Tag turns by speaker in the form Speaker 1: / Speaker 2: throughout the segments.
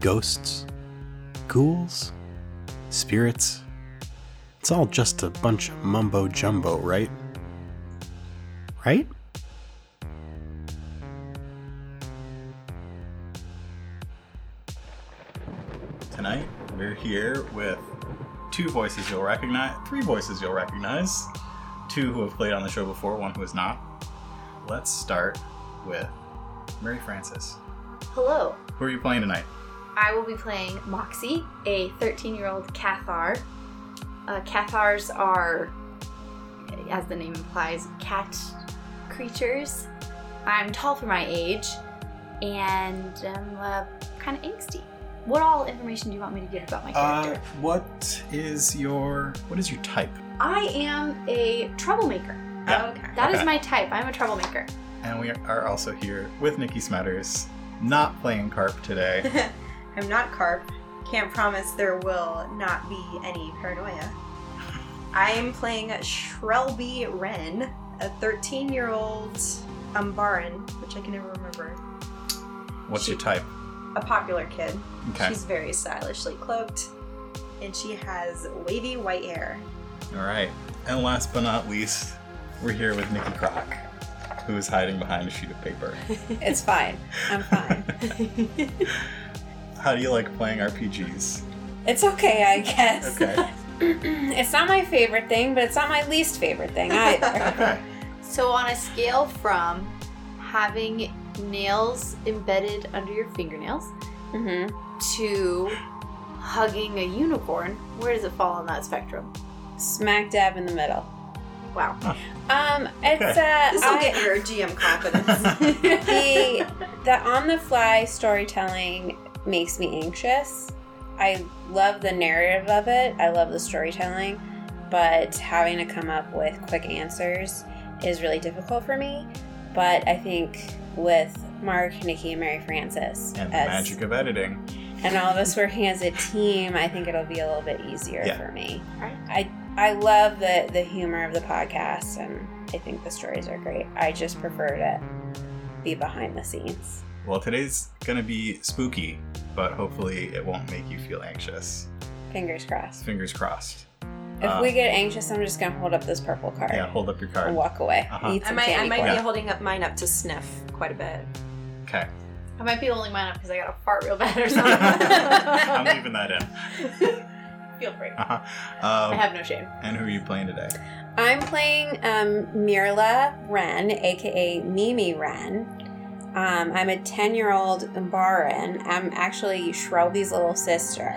Speaker 1: ghosts, ghouls, spirits. It's all just a bunch of mumbo jumbo, right? Right?
Speaker 2: Tonight, we're here with two voices you'll recognize, three voices you'll recognize, two who have played on the show before, one who has not. Let's start with Mary Frances.
Speaker 3: Hello.
Speaker 2: Who are you playing tonight?
Speaker 3: I will be playing Moxie, a 13 year old Cathar. Uh, Cathars are, as the name implies, cat creatures. I'm tall for my age and I'm uh, kind of angsty. What all information do you want me to give about my
Speaker 2: Uh,
Speaker 3: character?
Speaker 2: what is your what is your type?
Speaker 3: I am a troublemaker.
Speaker 2: Yeah,
Speaker 3: Okay. That is
Speaker 2: okay.
Speaker 3: my type. I'm a troublemaker.
Speaker 2: And we are also here with Nikki Smatters, not playing carp today.
Speaker 4: I'm not carp. Can't promise there will not be any paranoia. I'm playing Shrelby Wren, a 13 year old Umbaran, which I can never remember.
Speaker 2: What's your type?
Speaker 4: A popular kid.
Speaker 2: Okay.
Speaker 4: She's very stylishly cloaked, and she has wavy white hair.
Speaker 2: All right. And last but not least, we're here with Nikki Croc, who is hiding behind a sheet of paper.
Speaker 5: It's fine. I'm fine.
Speaker 2: How do you like playing RPGs?
Speaker 5: it's okay, I guess.
Speaker 2: Okay.
Speaker 5: it's not my favorite thing, but it's not my least favorite thing either.
Speaker 2: Okay.
Speaker 3: So, on a scale from having nails embedded under your fingernails,
Speaker 4: Mm-hmm.
Speaker 5: hmm
Speaker 3: to hugging a unicorn, where does it fall on that spectrum?
Speaker 5: Smack dab in the middle.
Speaker 3: Wow.
Speaker 5: Um, it's
Speaker 2: Okay.
Speaker 5: uh,
Speaker 4: This will
Speaker 5: I,
Speaker 4: get your GM confidence.
Speaker 5: the the on the fly storytelling makes me anxious. I love the narrative of it. I love the storytelling, but having to come up with quick answers is really difficult for me. But I think with Mark, Nikki, and Mary Frances
Speaker 2: and the
Speaker 5: as-
Speaker 2: magic of editing.
Speaker 5: and all of us working as a team, I think it'll be a little bit easier
Speaker 2: Yeah.
Speaker 5: for me.
Speaker 3: Right.
Speaker 5: I I love the the humor of the podcast, and I think the stories are great. I just prefer to be behind the scenes.
Speaker 2: Well, today's gonna be spooky, but hopefully it won't make you feel anxious.
Speaker 5: Fingers crossed.
Speaker 2: Fingers crossed.
Speaker 5: If
Speaker 2: Uh,
Speaker 5: we get anxious, I'm just gonna hold up this purple card
Speaker 2: yeah, hold up your card.
Speaker 5: and walk away.
Speaker 2: Uh-huh.
Speaker 5: Eat
Speaker 4: I
Speaker 5: some
Speaker 4: might, I
Speaker 5: candy
Speaker 4: might
Speaker 5: corn.
Speaker 4: be holding up mine up to sniff quite a bit.
Speaker 2: Okay,
Speaker 3: I might be holding mine up because I got a fart real bad or
Speaker 2: I'm
Speaker 3: something.
Speaker 2: leaving that in.
Speaker 3: Feel free.
Speaker 2: Uh-huh.
Speaker 3: I
Speaker 2: Um,
Speaker 3: have no shame.
Speaker 2: and who are you playing today?
Speaker 5: I'm playing um, Mirla Wren, aka Mimi Wren. Um, I'm a 10 year old Umbaran. I'm actually Shrelby's little sister.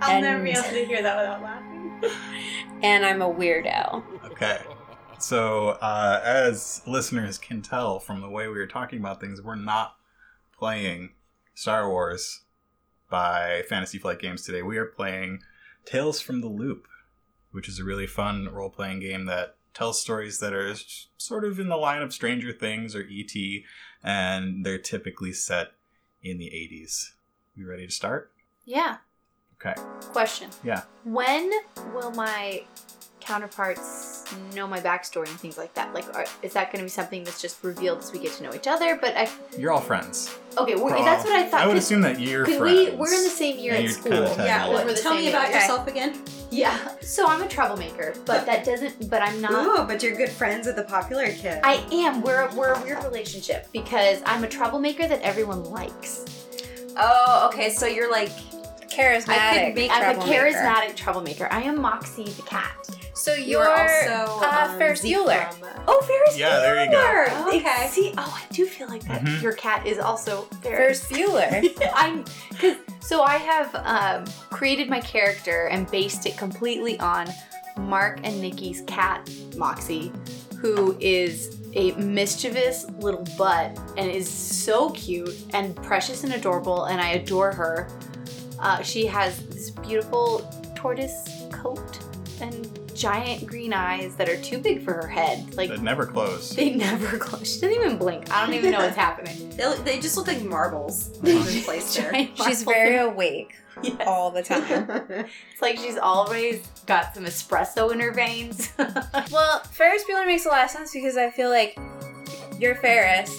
Speaker 4: I'll
Speaker 5: And- never be able
Speaker 4: to hear that without laughing.
Speaker 5: and I'm a weirdo.
Speaker 2: Okay. So, uh, as listeners can tell from the way we were talking about things, we're not playing Star Wars by Fantasy Flight Games today. We are playing Tales from the Loop, which is a really fun role playing game that tells stories that are s- sort of in the line of Stranger Things or E.T., and they're typically set in the 80s. You ready to start?
Speaker 3: Yeah.
Speaker 2: Okay.
Speaker 3: Question.
Speaker 2: Yeah.
Speaker 3: When will my counterparts know my backstory and things like that? Like, are, is that going to be something that's just revealed as we get to know each other? But I.
Speaker 2: You're all friends.
Speaker 3: Okay, well,
Speaker 2: We're
Speaker 3: that's
Speaker 2: all-
Speaker 3: what I thought.
Speaker 2: I would
Speaker 3: 'cause-
Speaker 2: assume that you're
Speaker 3: Because
Speaker 2: friends.
Speaker 3: we we're in the same year
Speaker 2: And
Speaker 3: at
Speaker 2: you're
Speaker 3: school.
Speaker 2: kinda tied
Speaker 4: Yeah,
Speaker 2: together.
Speaker 3: We're the
Speaker 4: tell
Speaker 3: same
Speaker 4: me about
Speaker 3: age.
Speaker 4: yourself again.
Speaker 3: Yeah. So I'm a troublemaker, but that doesn't. But I'm not.
Speaker 4: Ooh, but you're good friends with the popular kid.
Speaker 3: I am. We're we're a weird relationship because I'm a troublemaker that everyone likes.
Speaker 4: Oh, okay. So you're like,
Speaker 5: Charismatic.
Speaker 4: I could make-
Speaker 3: I'm a
Speaker 5: troublemaker.
Speaker 3: charismatic troublemaker. I am Moxie the cat.
Speaker 5: So you're,
Speaker 4: you're, also
Speaker 5: uh,
Speaker 4: um,
Speaker 5: Ferris
Speaker 4: Zeke
Speaker 5: Bueller.
Speaker 4: from-
Speaker 3: Oh, Ferris
Speaker 2: Yeah, there you go.
Speaker 3: Bueller!
Speaker 4: Okay.
Speaker 3: It- see, oh, I do feel like that.
Speaker 2: Mhm.
Speaker 3: Your cat is also Ferris.
Speaker 5: Ferris Bueller.
Speaker 3: I'm because so I have um, created my character and based it completely on Mark and Nikki's cat Moxie, who is a mischievous little butt and is so cute and precious and adorable, and I adore her. Uh, she has this beautiful tortoise coat and giant green eyes that are too big for her head. Like
Speaker 2: That never close.
Speaker 3: they never close. She doesn't even blink. I don't even know what's happening.
Speaker 4: They, look- they just look like marbles that have been placed there.
Speaker 3: Giant
Speaker 5: She's
Speaker 3: marble.
Speaker 5: very awake
Speaker 3: Yes.
Speaker 5: all the time.
Speaker 3: It's like she's always got some espresso in her veins.
Speaker 5: well, Ferris Bueller makes a lot of sense because I feel like you're Ferris,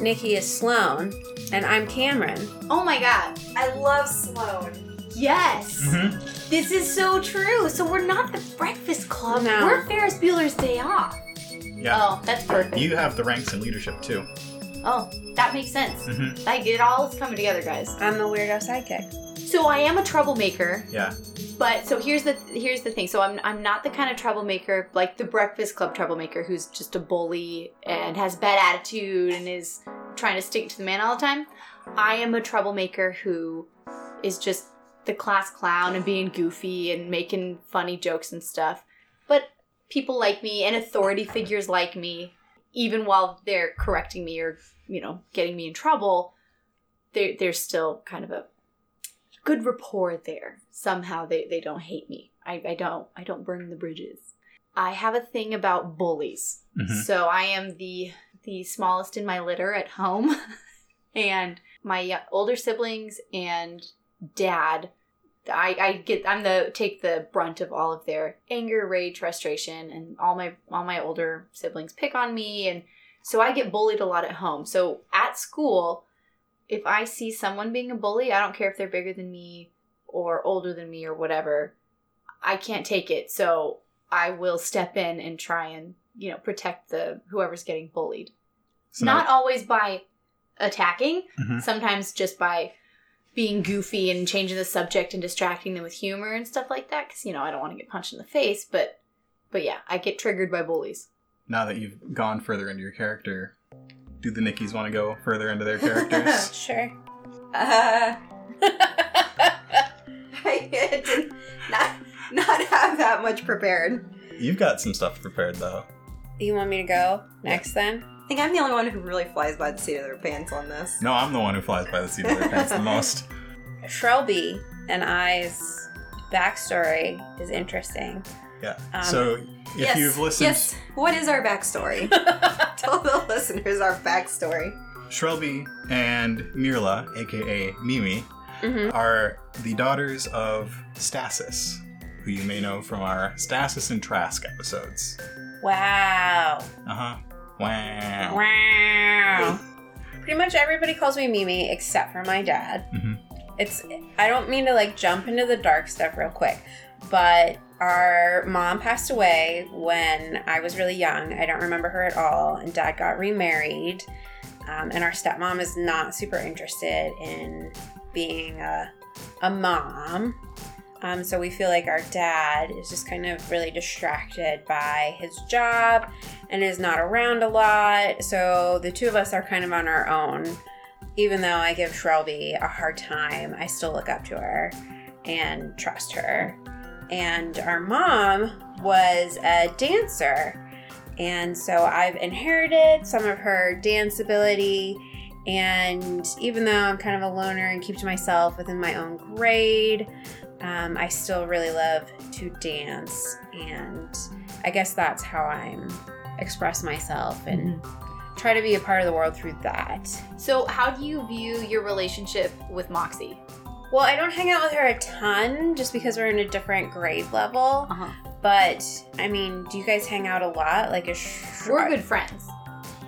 Speaker 5: Nikki is Sloan, And I'm Cameron.
Speaker 3: Oh my god.
Speaker 4: I love Sloan.
Speaker 3: Yes.
Speaker 2: Mhm.
Speaker 3: This is so true. So we're not the Breakfast Club.
Speaker 5: No.
Speaker 3: We're Ferris Bueller's Day Off.
Speaker 2: Yeah.
Speaker 3: Oh, that's perfect.
Speaker 2: You have the ranks in leadership too.
Speaker 3: oh, that makes sense.
Speaker 2: Mhm.
Speaker 3: Like it all is coming together, guys.
Speaker 5: I'm the weirdo sidekick.
Speaker 3: So I am a troublemaker,
Speaker 2: Yeah.
Speaker 3: but so here's the here's the thing. So I'm I'm not the kind of troublemaker like the Breakfast Club troublemaker who's just a bully and has bad attitude and is trying to stick to the man all the time. I am a troublemaker who is just the class clown and being goofy and making funny jokes and stuff. But people like me and authority figures like me, even while they're correcting me or, you know, getting me in trouble, there there's still kind of a good rapport there. Somehow they, they don't hate me. I, I don't I don't burn the bridges. I have a thing about bullies.
Speaker 2: Mhm.
Speaker 3: So I am the the smallest in my litter at home, and my y- older siblings and dad. I, I get I'm the take the brunt of all of their anger, rage, frustration, and all my all my older siblings pick on me, and so I get bullied a lot at home. So at school, if I see someone being a bully, I don't care if they're bigger than me or older than me or whatever. I can't take it, so I will step in and try and you know protect the whoever's getting bullied.
Speaker 2: So
Speaker 3: Not
Speaker 2: now-
Speaker 3: always by attacking,
Speaker 2: Mhm.
Speaker 3: sometimes just by being goofy and changing the subject and distracting them with humor and stuff like that. Because you know I don't want to get punched in the face, but but yeah, I get triggered by bullies.
Speaker 2: now that you've gone further into your character, do the Nickies want to go further into their characters?
Speaker 5: Sure.
Speaker 4: Uh, I did not, not have that much prepared.
Speaker 2: you've got some stuff prepared though.
Speaker 5: you want me to go next then?
Speaker 4: I think I'm the only one who really flies by the seat of their pants on this.
Speaker 2: No, I'm the one who flies by the seat of their pants the most.
Speaker 5: Shrelby and I's backstory is interesting.
Speaker 2: Yeah.
Speaker 5: Um,
Speaker 2: so if
Speaker 4: Yes,
Speaker 2: you've listened,
Speaker 4: Yes. What is our backstory? Tell the listeners our backstory.
Speaker 2: Shrelby and Mirla, aka Mimi,
Speaker 5: Mhm.
Speaker 2: are the daughters of Stasis, who you may know from our Stasis and Trask episodes.
Speaker 5: Wow.
Speaker 2: Uh huh. Wow.
Speaker 5: Wow. Pretty much everybody calls me Mimi except for my dad.
Speaker 2: Mhm.
Speaker 5: It's I don't mean to like jump into the dark stuff real quick, but our mom passed away when I was really young. I don't remember her at all, and dad got remarried. Um, and our stepmom is not super interested in being a, a mom. Um, so we feel like our dad is just kind of really distracted by his job and is not around a lot. So the two of us are kind of on our own. Even though I give Shrelby a hard time, I still look up to her and trust her. And our mom was a dancer. And so I've inherited some of her dance ability. And even though I'm kind of a loner and keep to myself within my own grade, um, I still really love to dance. And I guess that's how I'm express myself and
Speaker 3: Mm-hmm.
Speaker 5: try to be a part of the world through that.
Speaker 3: So how do you view your relationship with Moxie?
Speaker 5: Well, I don't hang out with her a ton just because we're in a different grade level,
Speaker 3: Uh-huh.
Speaker 5: but I mean, do you guys hang out a lot? Like a sh-
Speaker 3: We're good friends.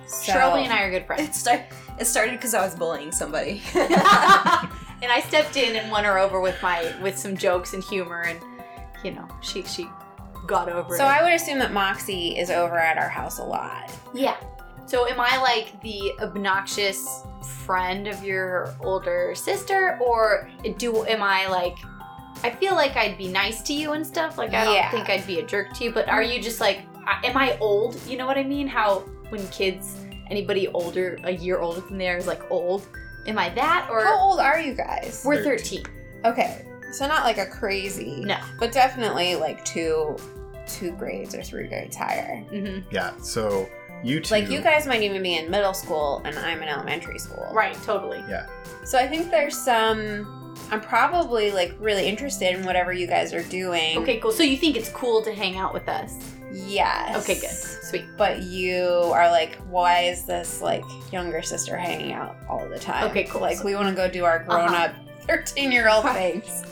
Speaker 5: So,
Speaker 3: Shrelby and I are good friends.
Speaker 4: It, start, it started because I was bullying somebody.
Speaker 3: and I stepped in and won her over with my with some jokes and humor, and you know, she she got over
Speaker 5: So
Speaker 3: it.
Speaker 5: I would assume that Moxie is over at our house a lot.
Speaker 3: yeah. So am I like the obnoxious friend of your older sister, or do am I like? I feel like I'd be nice to you and stuff. Like I don't
Speaker 5: Yeah.
Speaker 3: think I'd be a jerk to you, but are you just like? I- Am I old? You know what I mean? How when kids, anybody older, a year older than they are, is like old. Am I that or?
Speaker 5: How old are you guys?
Speaker 3: We're
Speaker 2: 13.
Speaker 3: 13.
Speaker 5: Okay, so not like a crazy,
Speaker 3: No.
Speaker 5: but definitely like two, two grades or three grades higher.
Speaker 3: hmm
Speaker 2: Yeah. So you two.
Speaker 5: Like you guys might even be in middle school, and I'm in elementary school.
Speaker 3: Right, totally.
Speaker 5: So I think there's some. I'm probably like really interested in whatever you guys are doing.
Speaker 3: Okay, cool. So you think it's cool to hang out with us?
Speaker 5: Yes.
Speaker 3: Okay, good. Sweet.
Speaker 5: But you are like, why is this like younger sister hanging out all the time?
Speaker 3: Okay, cool. Uh-huh.
Speaker 5: Like we want to go do our grown up 13 year old things.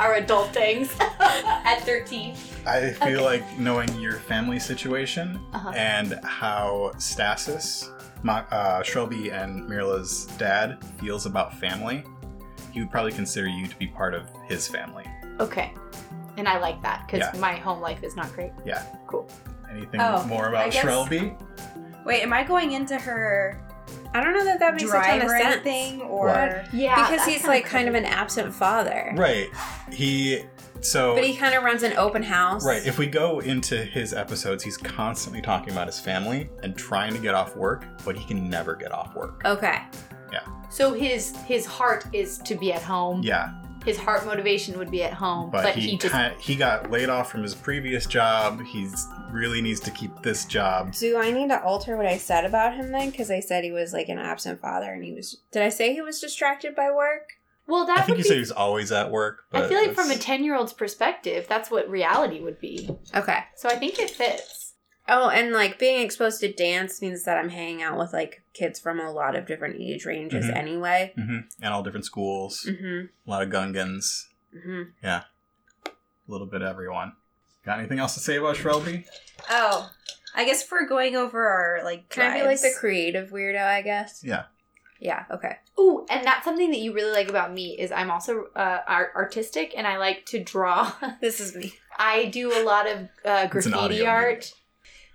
Speaker 3: Our adult things at 13.
Speaker 2: I feel
Speaker 3: Okay.
Speaker 2: like knowing your family situation
Speaker 3: Uh-huh.
Speaker 2: and how Stasis Ma- uh, Shelby and Mirla's dad feels about family, he would probably consider you to be part of his family.
Speaker 3: Okay. And I like that because
Speaker 2: Yeah.
Speaker 3: my home life is not great.
Speaker 2: Yeah.
Speaker 3: Cool.
Speaker 2: Anything
Speaker 4: Oh,
Speaker 2: more
Speaker 4: I
Speaker 2: about
Speaker 4: guess-
Speaker 2: Shelby?
Speaker 4: Wait, am I going into her
Speaker 5: I don't know that that makes a ton
Speaker 4: drive
Speaker 5: of
Speaker 4: or
Speaker 5: sense.
Speaker 4: anything? Or
Speaker 2: What?
Speaker 3: Yeah.
Speaker 5: Because he's like kind of an absent father.
Speaker 2: Right. He so
Speaker 5: But he kind of runs an open house.
Speaker 2: Right. If we go into his episodes, he's constantly talking about his family and trying to get off work, but he can never get off work.
Speaker 5: okay.
Speaker 3: So his his heart is to be at home.
Speaker 2: Yeah,
Speaker 3: His heart motivation would be at home,
Speaker 2: but,
Speaker 3: but,
Speaker 2: he
Speaker 3: he, just
Speaker 2: ki- he got laid off from his previous job. He's really needs to keep this job.
Speaker 5: Do I need to alter what I said about him then? Because I said he was like an absent father and he was. Did I say he was distracted by work?
Speaker 3: Well, that
Speaker 2: I think
Speaker 3: would
Speaker 2: you
Speaker 3: be
Speaker 2: said he's always at work. But
Speaker 3: I feel like from a
Speaker 2: that's-
Speaker 3: 10 year old's perspective, that's what reality would be.
Speaker 5: Okay.
Speaker 3: So I think it fits.
Speaker 5: Oh, and like being exposed to dance means that I'm hanging out with like kids from a lot of different age ranges
Speaker 2: Mhm.
Speaker 5: anyway.
Speaker 2: Mhm. and all different schools,
Speaker 5: Mm
Speaker 2: a lot of Gungans,
Speaker 5: hmm. Mm
Speaker 2: a little bit of everyone. Got anything else to say about Shrelby?
Speaker 4: Oh, I guess if we're going over our like
Speaker 5: hmm. Can I be like
Speaker 4: drives-
Speaker 5: the creative weirdo, I guess?
Speaker 2: Yeah.
Speaker 5: Yeah, okay.
Speaker 3: Ooh, and that's something that you really like about me is I'm also uh, art- artistic and I like to draw.
Speaker 5: This is me.
Speaker 3: I do a lot of uh,
Speaker 2: It's an audio
Speaker 3: graffiti art.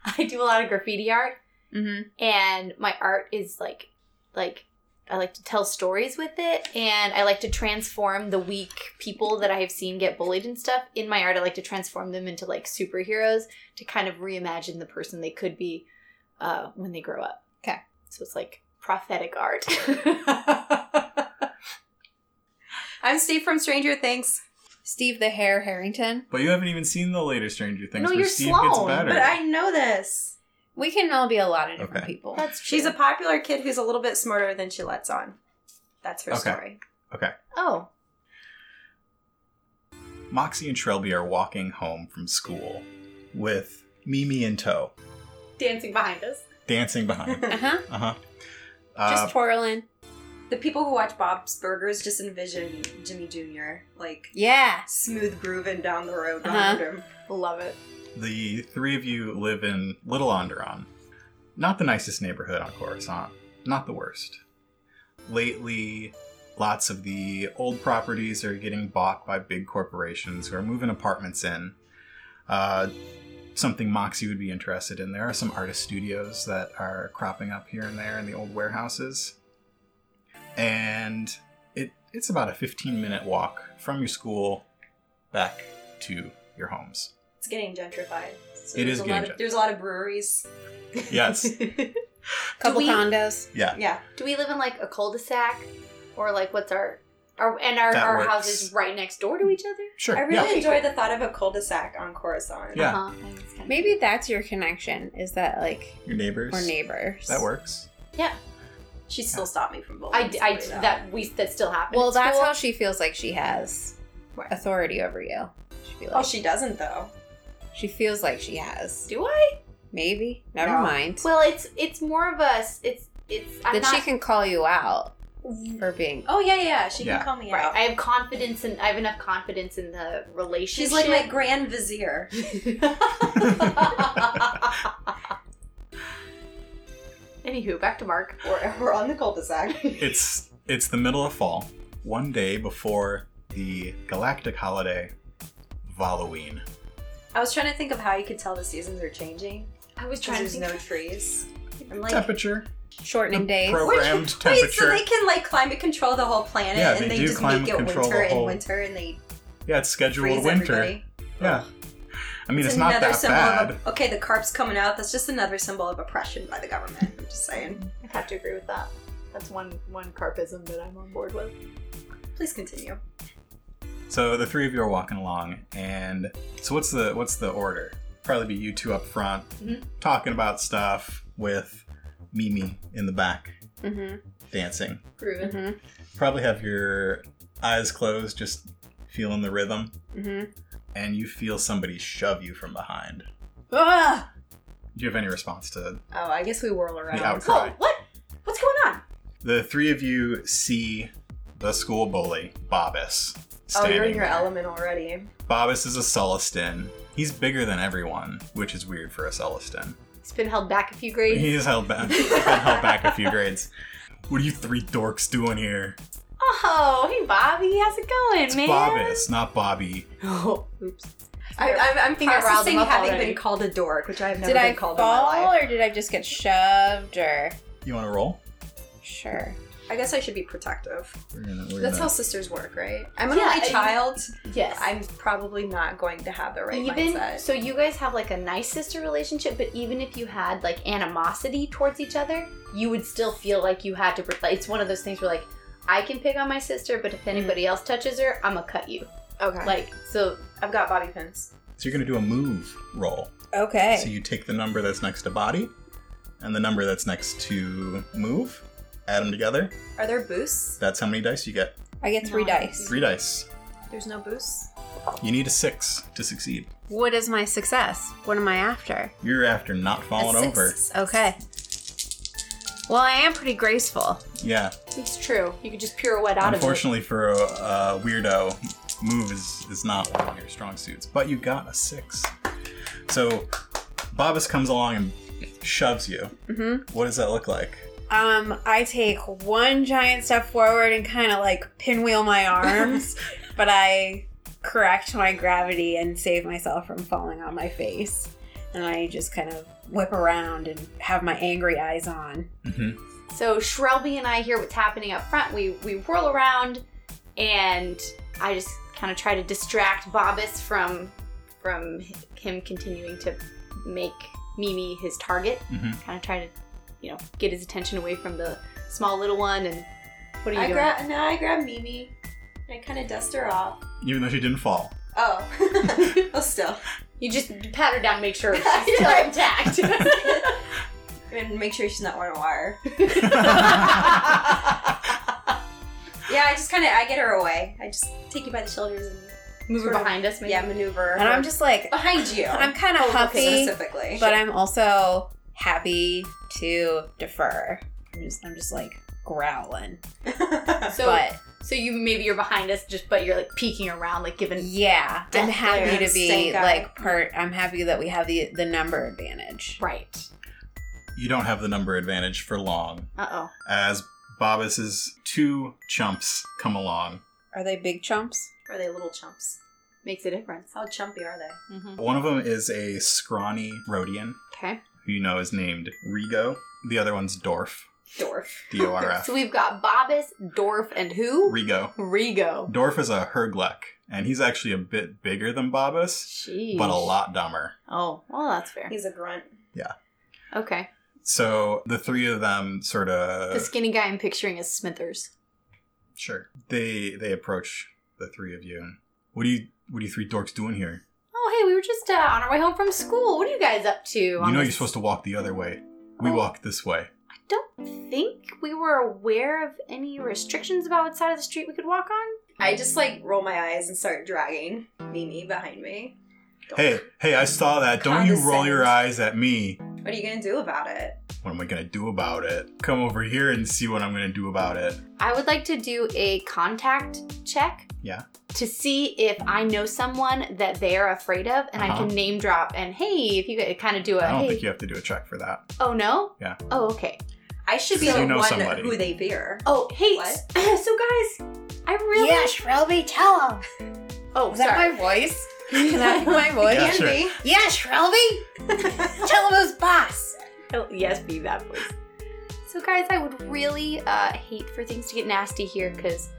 Speaker 3: I do a lot of graffiti art,
Speaker 5: Mm
Speaker 3: and my art is like, like I like to tell stories with it, and I like to transform the weak people that I have seen get bullied and stuff in my art. I like to transform them into like superheroes to kind of reimagine the person they could be uh, when they grow up.
Speaker 5: 'Kay.
Speaker 3: So it's like prophetic art.
Speaker 4: I'm Steve from Stranger Things,
Speaker 5: hmm. Steve the Hare Harrington.
Speaker 2: But you haven't even seen the latest Stranger Things
Speaker 3: No,
Speaker 2: where
Speaker 3: you're
Speaker 2: Steve gets
Speaker 3: Sloane,
Speaker 2: better.
Speaker 4: but I know this.
Speaker 5: We can all be a lot of different
Speaker 2: Okay.
Speaker 5: people.
Speaker 3: That's true.
Speaker 4: She's a popular kid who's a little bit smarter than she lets on. That's her
Speaker 2: Okay.
Speaker 4: story.
Speaker 3: oh
Speaker 2: Moxie and Shrelby are walking home from school with Mimi in tow,
Speaker 3: dancing behind us. dancing
Speaker 2: dancing behind.
Speaker 5: Uh huh.
Speaker 2: Uh-huh. Uh
Speaker 5: Just twirling.
Speaker 4: The people who watch Bob's Burgers just envision Jimmy Jr. like
Speaker 5: Yeah.
Speaker 4: smooth grooving down the road
Speaker 5: Uh-huh.
Speaker 4: behind him.
Speaker 3: Love it.
Speaker 2: The three of you live in Little Onderon. Not the nicest neighborhood on Coruscant, not the worst. Lately, lots of the old properties are getting bought by big corporations who are moving apartments in. Uh, something Moxie would be interested in. There are some artist studios that are cropping up here and there in the old warehouses. And it, it's about a 15 minute walk from your school back to your homes.
Speaker 4: It's getting gentrified. So
Speaker 2: It
Speaker 4: there's
Speaker 2: is
Speaker 4: a
Speaker 2: getting
Speaker 4: lot of,
Speaker 2: gentrified.
Speaker 4: There's a lot of breweries.
Speaker 2: Yes.
Speaker 5: Couple
Speaker 3: we-
Speaker 5: condos.
Speaker 2: Yeah.
Speaker 4: Yeah.
Speaker 3: Do we live in like a cul-de-sac, or like what's our, our and our,
Speaker 2: That
Speaker 3: our
Speaker 2: works.
Speaker 3: houses right next door to each other?
Speaker 2: Sure.
Speaker 4: I
Speaker 2: yeah.
Speaker 4: really enjoy the thought of a cul-de-sac on Coruscant.
Speaker 2: Yeah.
Speaker 3: Uh-huh. I think it's kinda-
Speaker 5: Maybe that's your connection, is that like
Speaker 2: Your neighbors.
Speaker 5: we're neighbors.
Speaker 2: That works.
Speaker 4: She still stopped me from bowling.
Speaker 3: I, I
Speaker 4: somebody
Speaker 3: that we that still happens.
Speaker 5: Well, that's how she feels like she has
Speaker 4: What?
Speaker 5: authority over you. She, feel
Speaker 4: Oh,
Speaker 5: like,
Speaker 4: she doesn't though.
Speaker 5: she feels like she has.
Speaker 3: do I?
Speaker 5: Maybe. Never
Speaker 4: No.
Speaker 5: mind.
Speaker 3: Well, it's it's more of us. It's it's I'm
Speaker 5: that
Speaker 3: not
Speaker 5: she can call you out for being.
Speaker 4: Oh yeah, yeah. She
Speaker 2: Yeah.
Speaker 4: can call me
Speaker 3: right.
Speaker 4: out.
Speaker 3: I have confidence in I have enough confidence in the relationship.
Speaker 4: She's like my grand vizier.
Speaker 3: Anywho, back to Mark.
Speaker 4: We're, we're on the cul-de-sac.
Speaker 2: It's it's the middle of fall, one day before the galactic holiday, Halloween.
Speaker 4: I was trying to think of how you could tell the seasons are changing.
Speaker 3: I was
Speaker 4: 'cause
Speaker 3: trying to think.
Speaker 4: There's no trees. I'm like,
Speaker 2: temperature.
Speaker 5: Shortening days.
Speaker 2: Programmed
Speaker 4: wait, so
Speaker 2: temperature.
Speaker 4: they can like climate control the whole planet,
Speaker 2: Yeah,
Speaker 4: and
Speaker 2: they
Speaker 4: they,
Speaker 2: do
Speaker 4: just
Speaker 2: climate
Speaker 4: make it
Speaker 2: control
Speaker 4: winter
Speaker 2: the whole-
Speaker 4: and winter, and they
Speaker 2: yeah, it's scheduled
Speaker 4: freeze
Speaker 2: winter.
Speaker 4: everybody.
Speaker 2: Yeah. I mean, it's, not
Speaker 4: another
Speaker 2: that
Speaker 4: symbol
Speaker 2: bad.
Speaker 4: Of, okay, the carp's coming out. That's just another symbol of oppression by the government. I'm just saying.
Speaker 3: I'd have to agree with that. That's one one carpism that I'm on board with.
Speaker 4: Please continue.
Speaker 2: So the three of you are walking along, and so what's the what's the order? Probably be you two up front,
Speaker 4: Mm-hmm.
Speaker 3: Mhm.
Speaker 2: talking about stuff with Mimi in the back
Speaker 5: Mm-hmm.
Speaker 2: dancing.
Speaker 3: Grooving.
Speaker 5: Mm-hmm.
Speaker 2: Probably have your eyes closed, just feeling the rhythm.
Speaker 5: Mm-hmm.
Speaker 2: and you feel somebody shove you from behind.
Speaker 4: Ah!
Speaker 2: Do you have any response to
Speaker 4: Oh, I guess we whirl around.
Speaker 2: the outcry?
Speaker 3: Oh, what? What's going on?
Speaker 2: The three of you see the school bully, Bobbis.
Speaker 4: Oh,
Speaker 2: Standing
Speaker 4: you're in your
Speaker 2: there.
Speaker 4: element already.
Speaker 2: Bobbis is a Celestin. He's bigger than everyone, which is weird for a Celestin.
Speaker 3: He's been held back a few grades.
Speaker 2: He is held back. He's been held back a few grades. What are you three dorks doing here?
Speaker 3: Oh, hey Bobby, how's it going,
Speaker 2: It's
Speaker 3: man?
Speaker 2: Bobbis, not Bobby.
Speaker 3: Oh, oops.
Speaker 4: I, I'm, I'm
Speaker 3: think I riled him
Speaker 4: processing
Speaker 3: up
Speaker 4: having
Speaker 3: already.
Speaker 4: been called a dork, which I've never
Speaker 5: Did
Speaker 4: been
Speaker 5: I
Speaker 4: called in my
Speaker 5: fall
Speaker 4: life.
Speaker 5: or did I just get shoved or
Speaker 2: You want to roll?
Speaker 5: sure?
Speaker 4: I guess I should be protective.
Speaker 2: We're gonna, we're
Speaker 4: That's how
Speaker 2: gonna-
Speaker 4: sisters work, right? I'm an
Speaker 3: Yeah,
Speaker 4: only
Speaker 3: and-
Speaker 4: child.
Speaker 3: Yes.
Speaker 4: I'm probably not going to have the right
Speaker 3: even
Speaker 4: mindset.
Speaker 3: so you guys have like a nice sister relationship but even if you had like animosity towards each other you would still feel like you had to like, it's one of those things where like i can pick on my sister but if anybody else touches her i'm gonna cut you
Speaker 4: okay,
Speaker 3: like so
Speaker 4: I've got bobby pins.
Speaker 2: so you're gonna do a move roll.
Speaker 5: Okay.
Speaker 2: So you take the number that's next to body, and the number that's next to move, add them together.
Speaker 4: Are there boosts?
Speaker 2: That's how many dice you get.
Speaker 5: I get three
Speaker 3: No.
Speaker 5: dice.
Speaker 2: Three dice.
Speaker 4: There's no boosts.
Speaker 2: You need a six to succeed.
Speaker 5: What is my success? What am I after?
Speaker 2: You're after not falling
Speaker 4: That's
Speaker 2: over.
Speaker 4: six.
Speaker 5: Okay. Well, I am pretty graceful.
Speaker 2: Yeah.
Speaker 3: it's true you could just pirouette out of
Speaker 2: Unfortunately for a, a weirdo, move is, is not one of your strong suits. But you got a six. So Bobbis comes along and shoves you.
Speaker 5: hmm
Speaker 4: Mm-hmm.
Speaker 2: What does that look like?
Speaker 5: Um, I take one giant step forward and kind of like pinwheel my arms, but I correct my gravity and save myself from falling on my face. And I just kind of whip around and have my angry eyes on.
Speaker 2: Mm-hmm.
Speaker 3: it so shrelby and i hear what's happening up front we we whirl around and i just kind of try to distract bobbis from from him continuing to make mimi his target
Speaker 2: Mm-hmm.
Speaker 3: kind of try to, you know, get his attention away from the small little one. And what are you
Speaker 4: I
Speaker 3: doing?
Speaker 4: grab. No, I grab Mimi. I kind of dust her off.
Speaker 2: Even though she didn't fall.
Speaker 4: Oh, well, still.
Speaker 3: you just pat her down, make sure she's
Speaker 4: I
Speaker 3: still
Speaker 4: know.
Speaker 3: intact.
Speaker 4: And make sure she's not on a wire.
Speaker 2: okay.
Speaker 4: Yeah, I just kind of I get her away. I just take you by the shoulders and
Speaker 3: Move her
Speaker 4: Sort of,
Speaker 3: behind us, maybe.
Speaker 4: yeah maneuver.
Speaker 5: And I'm just like,
Speaker 4: behind you.
Speaker 5: I'm kind of
Speaker 4: Oh, okay,
Speaker 5: huffy,
Speaker 4: specifically.
Speaker 5: but I'm also happy to defer. I'm just, I'm just like growling.
Speaker 3: So,
Speaker 5: but
Speaker 3: so you maybe you're behind us, just but you're like peeking around, like giving.
Speaker 5: yeah, I'm
Speaker 3: Death
Speaker 5: happy
Speaker 4: glare,
Speaker 5: to be
Speaker 4: stink eye.
Speaker 5: like part. I'm happy that we have the the number advantage.
Speaker 3: Right.
Speaker 2: you don't have the number advantage for long
Speaker 3: Uh oh.
Speaker 2: as Bobbis's two chumps come along.
Speaker 5: Are they big chumps?
Speaker 4: are they little chumps?
Speaker 3: Makes a difference.
Speaker 4: How chumpy are they?
Speaker 3: Mm-hmm.
Speaker 2: One of them is a scrawny Rhodian,
Speaker 3: Okay.
Speaker 2: who you know is named Rigo. The other one's Dorf.
Speaker 4: Dwarf.
Speaker 2: D O R F.
Speaker 3: So we've got Bobbis, Dorf, and who?
Speaker 2: Rigo.
Speaker 3: Rigo.
Speaker 2: Dorf is a Herglek, and he's actually a bit bigger than Bobbus,
Speaker 3: Sheesh.
Speaker 2: but a lot dumber.
Speaker 3: Oh, well, that's fair.
Speaker 4: He's a grunt.
Speaker 3: Okay.
Speaker 2: So the three of them sort
Speaker 3: the
Speaker 2: of
Speaker 3: skinny guy I'm picturing is Smithers.
Speaker 2: sure they they approach the three of you. and, What do you what are you three dorks doing here?
Speaker 3: Oh, hey, we were just uh, on our way home from school. What are you guys up to?
Speaker 2: You know you're supposed to walk the other way. We
Speaker 3: Oh.
Speaker 2: walk this way.
Speaker 3: don't think we were aware of any restrictions about what side of the street we could walk on.
Speaker 4: I just like roll my eyes and start dragging Mimi behind me. Dorf.
Speaker 2: Hey, hey, I saw that. Don't you roll your
Speaker 4: Condescend.
Speaker 2: eyes at me.
Speaker 4: What are you gonna do about it?
Speaker 2: What am I gonna do about it? Come over here and see what I'm gonna do about it.
Speaker 3: I would like to do a contact check.
Speaker 2: Yeah.
Speaker 3: To see if I know someone that they are afraid of, and I
Speaker 2: Uh-huh.
Speaker 3: can name drop and hey, if you could kind of do a
Speaker 2: I don't
Speaker 3: hey.
Speaker 2: think you have to do a check for that.
Speaker 3: oh no.
Speaker 2: Yeah.
Speaker 3: Oh okay.
Speaker 4: I should be
Speaker 2: So
Speaker 4: the
Speaker 2: you know
Speaker 4: one
Speaker 2: somebody.
Speaker 4: who they fear.
Speaker 3: Oh hey.
Speaker 4: What?
Speaker 3: So guys, I really.
Speaker 5: Shrelby, tell him.
Speaker 3: Oh
Speaker 5: Was
Speaker 3: sorry.
Speaker 5: that my voice? Can that be my voice?
Speaker 2: Yeah,
Speaker 5: Yeah,
Speaker 2: sure.
Speaker 4: Andy.
Speaker 5: Shrelby, tell him who's boss.
Speaker 3: Oh, yes, be that voice. So, guys, I would really uh, hate for things to get nasty here because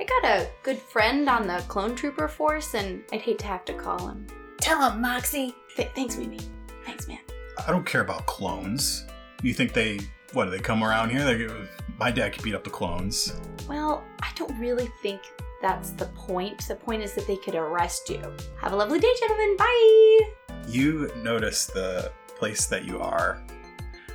Speaker 3: I got a good friend on the clone trooper force, and I'd hate to have to call him.
Speaker 5: Tell him, Moxie.
Speaker 3: Th- thanks, Mimi. Thanks, man.
Speaker 2: I don't care about clones. You think they what? They come around here? They my dad could beat up the clones.
Speaker 3: Well, I don't really think that's the point. The point is that they could arrest you. Have a lovely day, gentlemen. Bye.
Speaker 2: You notice the place that you are.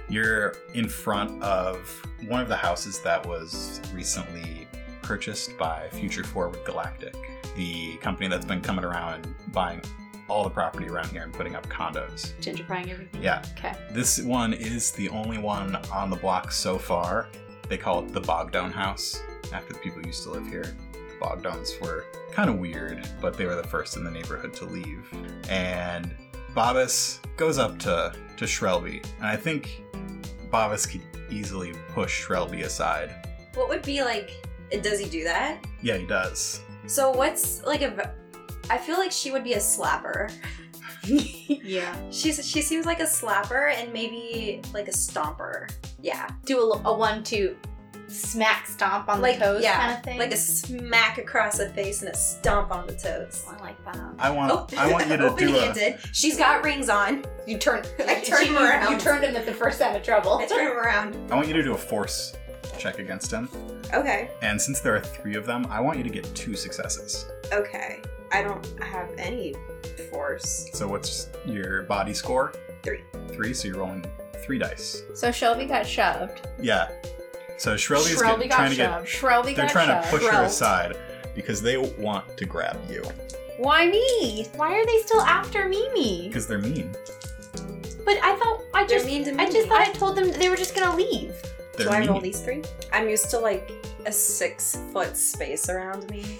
Speaker 2: You're in front of one of the houses that was recently purchased by Future Forward Galactic, the company that's been coming around and buying all the property around here and putting up condos.
Speaker 3: Gentrifying everything.
Speaker 2: Yeah,
Speaker 3: Okay.
Speaker 2: this one is the only one on the block so far. They call it the Bogdown House, after the people who used to live here. The Bogdowns were kind of weird, but they were the first in the neighborhood to leave. And Bobbis goes up to to Shrelby, and I think Bobbis could easily push Shrelby aside.
Speaker 4: What would be like? Does he do that?
Speaker 2: Yeah, he does.
Speaker 4: So what's like a? v- I feel like she would be a slapper.
Speaker 3: Yeah.
Speaker 4: She's she seems like a slapper and maybe like a stomper. Yeah,
Speaker 3: Do a, l- a one two smack stomp on
Speaker 4: like
Speaker 3: the toes
Speaker 4: yeah,
Speaker 3: kind of thing.
Speaker 4: like a smack across the face and a stomp on the toes.
Speaker 3: Oh,
Speaker 4: Oh,
Speaker 3: I like that.
Speaker 2: I want Uh, I want you to do a
Speaker 4: open-handed. She's got rings on.
Speaker 3: You turn.
Speaker 4: I turned him around.
Speaker 3: You turned him at the first sign of trouble.
Speaker 4: I turn him around.
Speaker 2: I want you to do a force check against him,
Speaker 4: Okay,
Speaker 2: and since there are three of them, I want you to get two successes.
Speaker 4: okay. I don't have any force.
Speaker 2: So what's your body score?
Speaker 4: Three.
Speaker 2: Three. So you're rolling three dice.
Speaker 5: So Shelby got shoved.
Speaker 2: Yeah. So Shrelby's get,
Speaker 3: Shrelby got
Speaker 2: trying to
Speaker 3: shoved.
Speaker 2: get.
Speaker 5: Shrelby
Speaker 2: They're
Speaker 5: got
Speaker 2: trying
Speaker 5: shoved.
Speaker 2: to push her
Speaker 4: Shrelbed.
Speaker 2: aside because they want to grab you
Speaker 5: Why me?
Speaker 3: Why are they still after Mimi?
Speaker 2: because they're mean.
Speaker 3: But I thought I
Speaker 4: They're
Speaker 3: just
Speaker 4: mean to
Speaker 3: I
Speaker 4: me.
Speaker 3: just thought Mm. I told them they were just gonna leave.
Speaker 2: They're
Speaker 4: Do I
Speaker 2: mean.
Speaker 4: roll these three? I'm used to like a six foot space around me.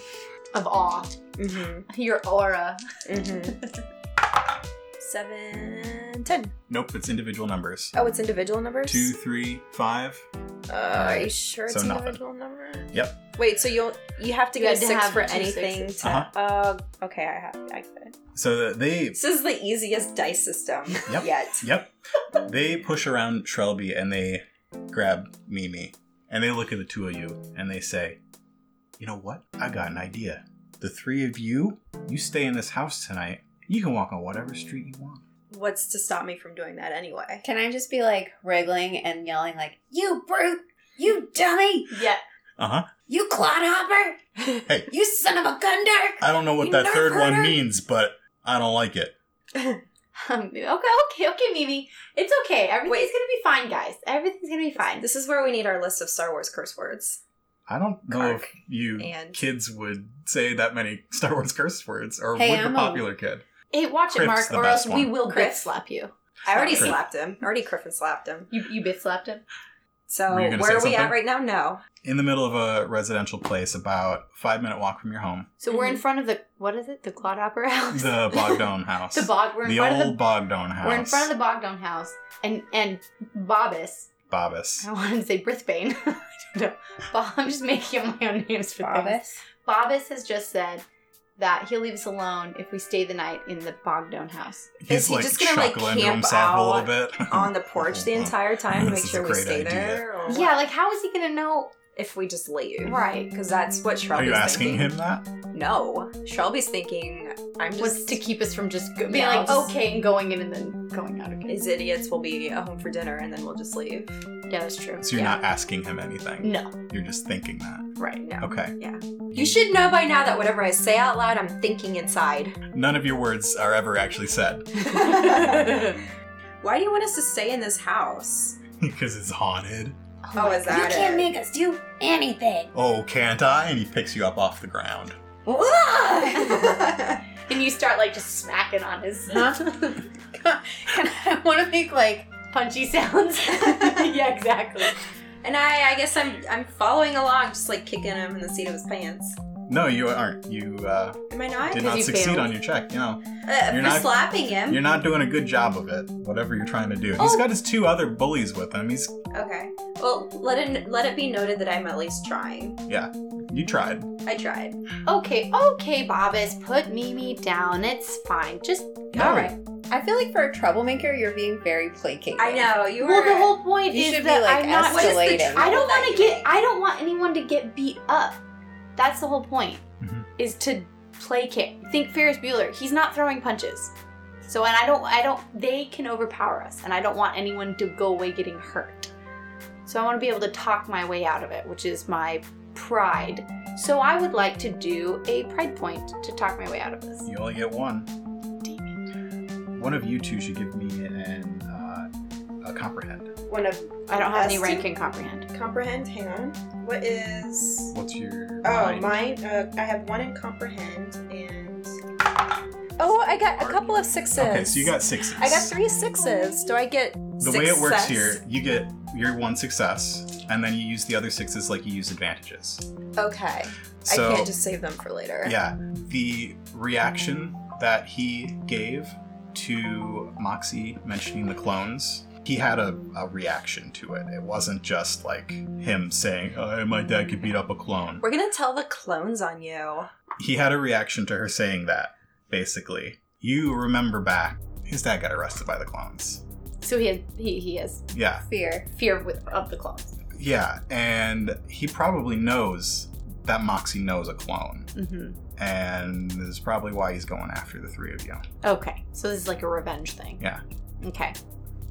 Speaker 3: Of awe,
Speaker 4: Mm-hmm.
Speaker 3: your aura.
Speaker 4: Mm-hmm. Seven, ten.
Speaker 2: Nope, it's individual numbers.
Speaker 4: Oh, it's individual numbers.
Speaker 2: Two, three, five.
Speaker 4: Uh, are you sure it's
Speaker 2: So nothing.
Speaker 4: individual number?
Speaker 2: Yep.
Speaker 4: Wait, so you'll you have to
Speaker 3: You
Speaker 4: get
Speaker 3: had to
Speaker 4: a six
Speaker 3: have
Speaker 4: for
Speaker 3: two
Speaker 4: anything
Speaker 3: sixes.
Speaker 4: to.
Speaker 2: Uh-huh.
Speaker 4: Uh, okay, I have. I get it.
Speaker 2: So they.
Speaker 4: This is the easiest dice system
Speaker 2: Yep.
Speaker 4: yet.
Speaker 2: Yep. they push around Shrelby and they grab Mimi. And they look at the two of you and they say, You know what? I got an idea. The three of you, you stay in this house tonight. You can walk on whatever street you want.
Speaker 4: What's to stop me from doing that anyway?
Speaker 5: Can I just be like wriggling and yelling like, "You brute! You dummy!
Speaker 3: Yeah.
Speaker 2: Uh huh.
Speaker 5: You clodhopper!
Speaker 2: Hey.
Speaker 5: You son of a gunder!"
Speaker 2: I don't know what
Speaker 5: You
Speaker 2: that
Speaker 5: nerf
Speaker 2: third one
Speaker 5: herder.
Speaker 2: means, but I don't like it.
Speaker 3: Um, okay, okay, okay, Mimi. It's okay. Everything's
Speaker 4: Wait.
Speaker 3: gonna be fine, guys. Everything's gonna be fine.
Speaker 4: This is where we need our list of Star Wars curse words.
Speaker 2: I don't know if
Speaker 4: Kark
Speaker 2: you
Speaker 4: and-
Speaker 2: kids would say that many Star Wars curse words, or
Speaker 5: Hey,
Speaker 2: would
Speaker 5: I'm
Speaker 2: the
Speaker 5: a-
Speaker 2: popular kid.
Speaker 3: hey, watch it,
Speaker 2: Criff's
Speaker 3: Mark,
Speaker 2: the
Speaker 3: or else
Speaker 2: best
Speaker 3: we
Speaker 2: one.
Speaker 3: will
Speaker 4: Criff.
Speaker 3: bitch slap you.
Speaker 4: I already
Speaker 2: Criff.
Speaker 4: slapped him. I already Griffin slapped him.
Speaker 3: You you bitch slapped him.
Speaker 4: So
Speaker 2: Were you gonna
Speaker 4: where are
Speaker 2: say
Speaker 4: we at
Speaker 2: something?
Speaker 4: right now? No.
Speaker 2: In the middle of a residential place, about five minute walk from your home,
Speaker 3: So we're in front of the what is it? The clodhopper house.
Speaker 2: the Bogdone house,
Speaker 3: the bog. We're in
Speaker 2: the
Speaker 3: front
Speaker 2: old
Speaker 3: of the.
Speaker 2: Bogdone house.
Speaker 3: We're in front of the Bogdon house, and and Bobbis.
Speaker 2: Bobbis.
Speaker 3: I wanted to say Brithbane. I don't know. Bob, I'm just making up my own names for things.
Speaker 5: Bobbis.
Speaker 3: Bobbis has just said that he'll leave us alone if we stay the night in the Bogdone house.
Speaker 2: He's
Speaker 4: he
Speaker 2: like
Speaker 4: just gonna, like,
Speaker 2: chuckling to
Speaker 4: camp
Speaker 2: himself a little
Speaker 4: out
Speaker 2: bit
Speaker 4: On the porch the entire time to
Speaker 2: Oh, This
Speaker 4: make
Speaker 2: is
Speaker 4: sure
Speaker 2: a
Speaker 4: we
Speaker 2: great
Speaker 4: stay
Speaker 2: idea.
Speaker 4: there. Or
Speaker 3: Yeah, like how is he gonna know?
Speaker 4: if we just leave,
Speaker 3: Right.
Speaker 4: Because that's what Shelby's
Speaker 2: Are you asking
Speaker 4: thinking.
Speaker 2: him that?
Speaker 4: No, Shelby's thinking. I'm
Speaker 3: What's
Speaker 4: just
Speaker 3: to keep us from just go- being
Speaker 4: Yeah,
Speaker 3: like
Speaker 4: I'll just-
Speaker 3: okay and going in and then going out again?
Speaker 4: These idiots will be at home for dinner and then we'll just leave.
Speaker 3: yeah, that's true.
Speaker 2: So you're
Speaker 3: yeah.
Speaker 2: not asking him anything.
Speaker 3: No,
Speaker 2: You're just thinking that.
Speaker 3: right.
Speaker 4: No.
Speaker 2: Okay.
Speaker 4: Yeah. You should know by now that whatever I say out loud, I'm thinking inside.
Speaker 2: None of your words are ever actually said
Speaker 4: Why do you want us to stay in this house?
Speaker 2: because it's haunted.
Speaker 4: Oh, is
Speaker 5: You
Speaker 4: that
Speaker 5: can't
Speaker 4: it?
Speaker 5: make us do anything.
Speaker 2: Oh, can't I? And he picks you up off the ground.
Speaker 3: And you start like just smacking on his
Speaker 5: Huh? Can I want to make like
Speaker 3: punchy sounds. yeah, exactly.
Speaker 4: and I, I guess I'm, I'm following along, just like kicking him in the seat of his pants.
Speaker 2: No, you aren't. You uh,
Speaker 4: Am I not?
Speaker 2: did
Speaker 3: Because
Speaker 2: not
Speaker 3: you
Speaker 2: succeed
Speaker 3: failed.
Speaker 2: on your check. You know,
Speaker 4: Uh,
Speaker 2: You're
Speaker 4: for
Speaker 2: not-
Speaker 4: slapping him.
Speaker 2: you're not doing a good job of it. Whatever you're trying to do. He's
Speaker 4: Oh.
Speaker 2: got his two other bullies with him. He's
Speaker 4: Okay. Well, let it, let it be noted that I'm at least trying.
Speaker 2: yeah. You tried.
Speaker 4: I tried.
Speaker 3: Okay, okay, Bobbis, put Mimi down. It's fine. Just
Speaker 2: No.
Speaker 5: all right. I feel like for a troublemaker, you're being very placating.
Speaker 4: I know you were.
Speaker 3: well, the whole point
Speaker 5: You
Speaker 3: is
Speaker 5: should be
Speaker 3: that
Speaker 5: like
Speaker 3: I'm not.
Speaker 4: what is the
Speaker 5: escalating.
Speaker 4: tr-
Speaker 3: I don't
Speaker 4: that
Speaker 3: want
Speaker 4: you
Speaker 3: to get.
Speaker 4: make.
Speaker 3: I don't want anyone to get beat up. That's the whole point.
Speaker 4: Mm-hmm.
Speaker 2: Mhm.
Speaker 3: Is to play kick. Think Ferris Bueller. He's not throwing punches. So and I don't. I don't. They can overpower us, and I don't want anyone to go away getting hurt. So I want to be able to talk my way out of it, which is my pride. So I would like to do a pride point to talk my way out of this.
Speaker 2: You only get one. One of you two should give me an uh, a comprehend.
Speaker 4: one of
Speaker 3: I don't have any
Speaker 4: Us
Speaker 3: rank
Speaker 4: two?
Speaker 3: in comprehend.
Speaker 4: comprehend. Hang on. What is?
Speaker 2: What's your?
Speaker 4: Oh,
Speaker 2: mind?
Speaker 4: mine. Uh, I have one in comprehend and. Oh, I got a couple of sixes.
Speaker 2: Okay, so you got sixes.
Speaker 4: I got three sixes. Do I get?
Speaker 2: The way it works here, you get your one success, and then you use the other sixes like you use advantages.
Speaker 4: Okay,
Speaker 2: So
Speaker 4: I can't just save them for later.
Speaker 2: yeah, the reaction that he gave to Moxie mentioning the clones, he had a, a reaction to it. It wasn't just like him saying, oh, my dad could beat up a clone.
Speaker 4: We're gonna tell the clones on you.
Speaker 2: He had a reaction to her saying that, basically. You remember back, his dad got arrested by the clones.
Speaker 3: So he has he, he has
Speaker 2: Yeah,
Speaker 5: Fear.
Speaker 3: fear with, of the clones.
Speaker 2: yeah. And he probably knows that Moxie knows a clone.
Speaker 3: Mm-hmm.
Speaker 2: And this is probably why he's going after the three of you.
Speaker 3: Okay, so this is like a revenge thing.
Speaker 2: Yeah.
Speaker 3: Okay,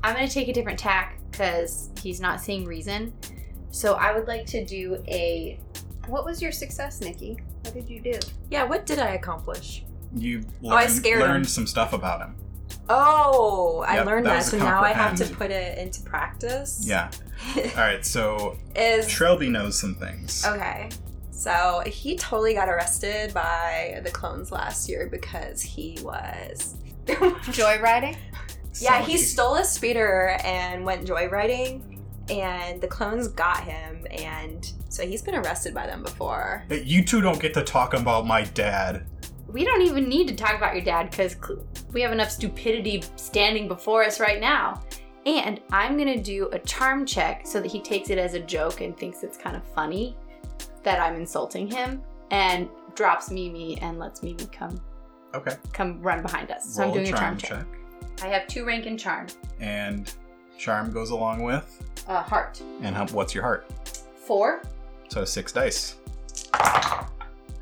Speaker 3: I'm gonna take a different tack because he's not seeing reason. So I would like to do a.
Speaker 5: What was your success, Nikki? What did you do?
Speaker 4: Yeah, what did I accomplish?
Speaker 2: You
Speaker 4: Oh, I
Speaker 2: learned,
Speaker 4: scared him.
Speaker 2: learned some stuff about him.
Speaker 4: Oh, I
Speaker 2: Yep,
Speaker 4: learned
Speaker 2: that
Speaker 4: that,
Speaker 2: was
Speaker 4: so
Speaker 2: a
Speaker 4: now I have to
Speaker 2: comprehend.
Speaker 4: put it into practice.
Speaker 2: Yeah. All right, so
Speaker 4: Is Oh,
Speaker 2: Trelby knows some things.
Speaker 4: Okay. So he totally got arrested by the clones last year because he was.
Speaker 5: Joyriding?
Speaker 4: yeah,
Speaker 2: So
Speaker 4: he stole a speeder and went joyriding, and the clones got him, and so he's been arrested by them before.
Speaker 2: You two don't get to talk about my dad.
Speaker 3: We don't even need to talk about your dad because we have enough stupidity standing before us right now. And I'm gonna do a charm check so that he takes it as a joke and thinks it's kind of funny that I'm insulting him and drops Mimi and lets Mimi come
Speaker 2: Okay.
Speaker 3: come run behind us. So
Speaker 2: roll
Speaker 3: I'm doing
Speaker 2: a charm
Speaker 3: a charm
Speaker 2: check.
Speaker 3: check. I have two rank in charm.
Speaker 2: And charm goes along with.
Speaker 3: Uh, heart.
Speaker 2: And how, what's your heart?
Speaker 3: Four.
Speaker 2: So six dice.
Speaker 3: I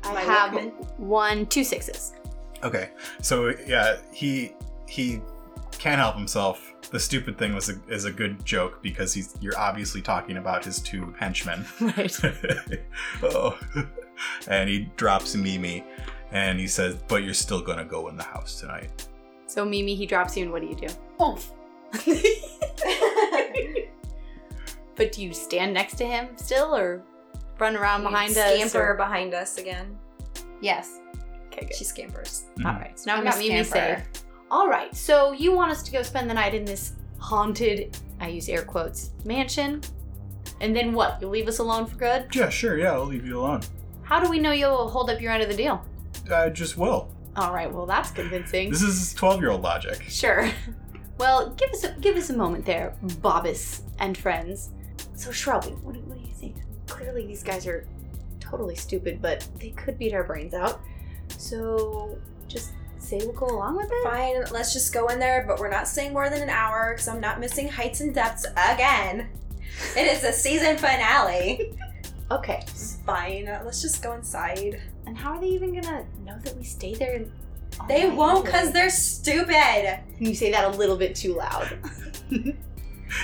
Speaker 4: My
Speaker 3: have
Speaker 4: Walkman.
Speaker 3: one, two sixes.
Speaker 2: Okay. So yeah, he he can't help himself. The stupid thing was a, is a good joke because he's you're obviously talking about his two henchmen.
Speaker 3: Right.
Speaker 2: oh. And he drops Mimi and he says, "But you're still going to go in the house tonight."
Speaker 3: So Mimi, he drops you, and what do you do? Oomph. but do you stand next to him still, or run around behind us?
Speaker 4: Scamper
Speaker 3: or-
Speaker 4: behind us again.
Speaker 5: Yes.
Speaker 3: Okay, good.
Speaker 4: She scampers.
Speaker 3: All right. So now we
Speaker 5: I'm a
Speaker 3: got Mimi safe.
Speaker 5: scamper.
Speaker 3: All right. So you want us to go spend the night in this haunted? I use air quotes mansion. And then what? You'll leave us alone for good?
Speaker 2: Yeah, sure. Yeah, I'll leave you alone.
Speaker 3: How do we know you'll hold up your end of the deal?
Speaker 2: I just will.
Speaker 3: All right. Well, that's convincing.
Speaker 2: This is 12-year-old logic.
Speaker 3: Sure. Well, give us a, give us a moment there, Bobbis and friends. So Shrubby, what, do- what do you think? Clearly, these guys are totally stupid, but they could beat our brains out. So just say we'll go along with it.
Speaker 4: Fine, let's just go in there, but we're not staying more than an hour because I'm not missing heights and depths again. It is the season finale.
Speaker 3: Okay.
Speaker 4: Fine, let's just go inside.
Speaker 3: And how are they even gonna know that we stay there? and- all
Speaker 4: They
Speaker 3: night?
Speaker 4: won't because they're stupid.
Speaker 3: You say that a little bit too loud.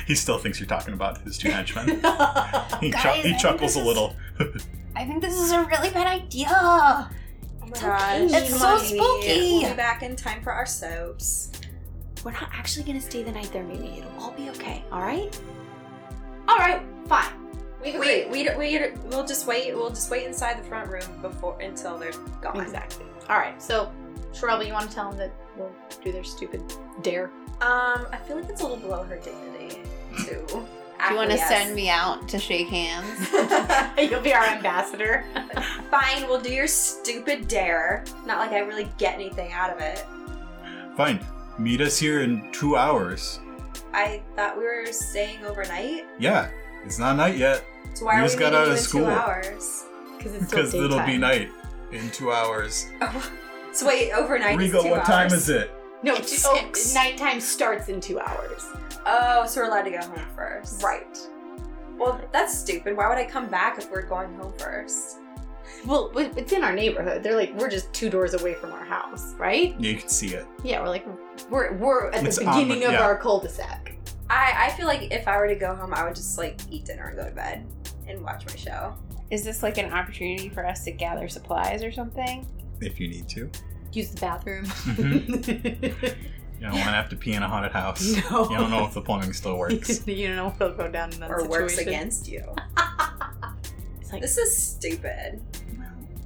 Speaker 2: He still thinks you're talking about his two henchmen.
Speaker 3: oh
Speaker 2: He,
Speaker 5: Guys,
Speaker 2: chu-
Speaker 5: I
Speaker 2: he
Speaker 5: think
Speaker 2: chuckles
Speaker 5: this
Speaker 2: a
Speaker 5: is-
Speaker 2: little.
Speaker 5: I think this is a really bad idea.
Speaker 4: Oh my
Speaker 3: It's
Speaker 4: gosh.
Speaker 3: okay.
Speaker 5: It's so spooky.
Speaker 4: We'll be back in time for our soaps.
Speaker 3: We're not actually gonna stay the night there, Mimi. It'll all be okay. All right. All right. Fine. We've
Speaker 4: Wait, we don't- we don't- we'll just wait. We'll just wait inside the front room before until they're gone.
Speaker 3: Exactly. All right. So, Shrubby, you want to tell them that we'll do their stupid dare?
Speaker 4: Um, I feel like it's a little below her dignity to. Do
Speaker 5: Do you want to send me out to shake hands?
Speaker 3: You'll be our ambassador.
Speaker 4: Fine, we'll do your stupid dare. Not like I really get anything out of it.
Speaker 2: Fine. Meet us here in two hours.
Speaker 4: I thought we were staying overnight.
Speaker 2: Yeah, it's not night yet
Speaker 4: So why
Speaker 2: We
Speaker 4: are
Speaker 2: just
Speaker 4: we
Speaker 2: got
Speaker 4: meeting
Speaker 2: out
Speaker 4: you
Speaker 2: of
Speaker 4: in
Speaker 2: school.
Speaker 4: two hours?
Speaker 3: Because it's
Speaker 2: because it'll be night in two hours.
Speaker 4: So wait, overnight. is
Speaker 2: Rigo,
Speaker 4: two
Speaker 2: what time is
Speaker 4: hours?
Speaker 2: it?
Speaker 3: No,
Speaker 4: It's
Speaker 3: two, oh,
Speaker 4: six.
Speaker 3: nighttime starts in two hours.
Speaker 4: Oh, so we're allowed to go home first.
Speaker 3: Right.
Speaker 4: Well, that's stupid. Why would I come back if we're going home first?
Speaker 3: Well, w- it's in our neighborhood. They're like we're just two doors away from our house, right?
Speaker 2: Yeah, you can see it.
Speaker 3: Yeah, we're like we're we're at the
Speaker 2: It's on the-
Speaker 3: beginning of
Speaker 2: yeah.
Speaker 3: our cul-de-sac.
Speaker 4: I, I feel like if I were to go home, I would just like eat dinner and go to bed and watch my show.
Speaker 5: Is this like an opportunity for us to gather supplies or something?
Speaker 2: If you need to.
Speaker 3: Use the bathroom.
Speaker 2: Mm-hmm. You don't want to have to pee in a haunted house. You
Speaker 3: no.
Speaker 2: don't know if the plumbing still works.
Speaker 3: you don't know what'll go down in that
Speaker 4: or
Speaker 3: situation.
Speaker 4: works against you.
Speaker 3: It's like
Speaker 4: This is stupid.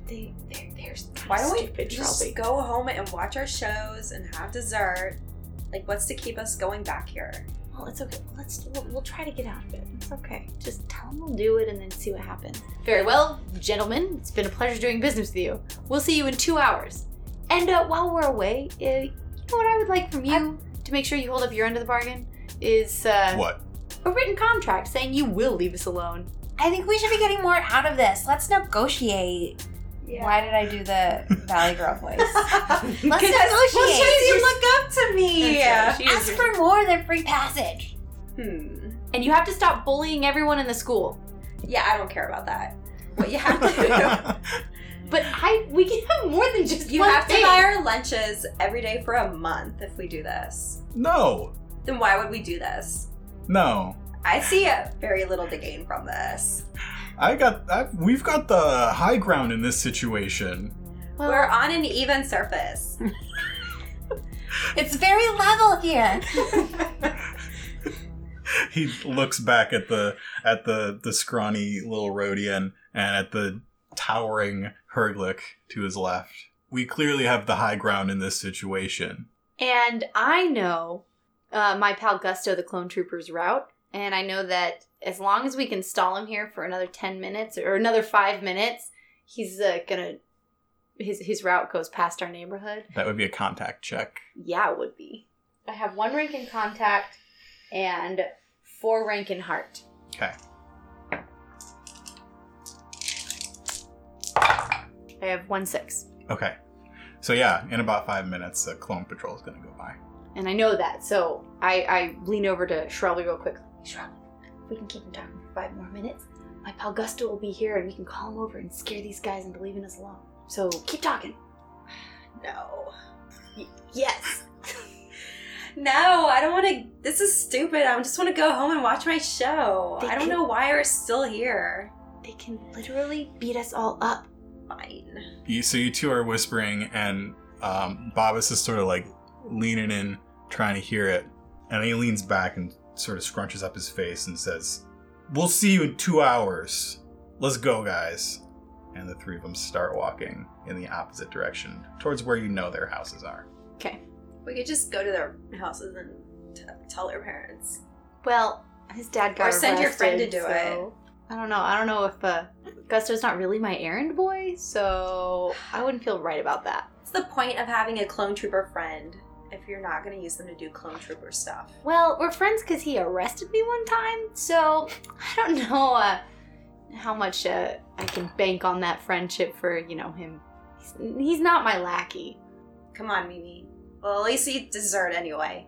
Speaker 3: they they're, they're
Speaker 4: Why don't we
Speaker 3: stupid,
Speaker 4: just
Speaker 3: Shelby.
Speaker 4: go home and watch our shows and have dessert? Like, what's to keep us going back here?
Speaker 3: Well, it's okay. Let's we'll, we'll try to get out of it. It's okay. Just tell them we'll do it and then see what happens. Very well, gentlemen. It's been a pleasure doing business with you. We'll see you in two hours. And uh, while we're away, uh, know what I would like from you to make sure you hold up your end of the bargain is uh,
Speaker 2: What?
Speaker 3: a written contract saying you will leave us alone.
Speaker 5: I think we should be getting more out of this. Let's negotiate. Why did I do the Valley Girl voice?
Speaker 3: Let's
Speaker 5: Because-
Speaker 4: Well,
Speaker 5: She is
Speaker 4: should you
Speaker 5: your-
Speaker 4: look up to me?
Speaker 3: That's right, she is
Speaker 5: Ask
Speaker 3: your-
Speaker 5: for more than free passage.
Speaker 4: Hmm.
Speaker 3: and you have to stop bullying everyone in the school.
Speaker 4: Yeah, I don't care about that. What you have to do.
Speaker 2: That's
Speaker 3: But I, we can have more than just
Speaker 4: You
Speaker 3: one
Speaker 4: have to
Speaker 3: thing.
Speaker 4: buy our lunches every day for a month if we do this.
Speaker 2: no,
Speaker 4: Then why would we do this?
Speaker 2: no.
Speaker 4: I see uh, very little to gain from this.
Speaker 2: I got. I, we've got the high ground in this situation.
Speaker 3: Well,
Speaker 4: We're on an even surface.
Speaker 5: It's very level here.
Speaker 2: He looks back at the at the the scrawny little Rhodian and at the towering Herglick to his left. We clearly have the high ground in this situation.
Speaker 3: And I know uh, my pal Gusto, the clone trooper's route, and I know that as long as we can stall him here for another ten minutes or another five minutes, he's uh, gonna his his route goes past our neighborhood.
Speaker 2: That would be a contact check.
Speaker 3: Yeah, it would be. I have one rank in contact and four rank in heart.
Speaker 2: Okay.
Speaker 3: I have one six,
Speaker 2: Okay. So yeah, in about five minutes, a clone patrol is going to go by.
Speaker 3: and I know that, so I I lean over to Shrelby real quick. Shrelby, if we can keep him talking for five more minutes, my pal Gusto will be here, and we can call him over and scare these guys into leaving us alone. So keep talking.
Speaker 4: No.
Speaker 3: Y- yes.
Speaker 4: No, I don't want to. This is stupid. I just want to go home and watch my show.
Speaker 3: They
Speaker 4: I don't
Speaker 3: can-
Speaker 4: know why we're still here.
Speaker 3: They can literally beat us all up.
Speaker 4: Fine.
Speaker 2: You, so you two are whispering, and um, Bobbus is sort of like leaning in, trying to hear it. And he leans back and sort of scrunches up his face and says, We'll see you in two hours. Let's go, guys. And the three of them start walking in the opposite direction, towards where you know their houses are.
Speaker 4: We could just go to their houses and t- tell their parents.
Speaker 3: Well, his dad got
Speaker 4: Or send your friend
Speaker 3: arrested,
Speaker 4: to do
Speaker 3: so- I don't know. I don't know if uh, Gusto's not really my errand boy, so I wouldn't feel right about that.
Speaker 4: What's the point of having a clone trooper friend if you're not going to use them to do clone trooper stuff?
Speaker 3: Well, we're friends because he arrested me one time, so I don't know uh, how much uh, I can bank on that friendship for you know him. He's, he's not my lackey.
Speaker 4: Come on, Mimi. Well, at least eat dessert anyway.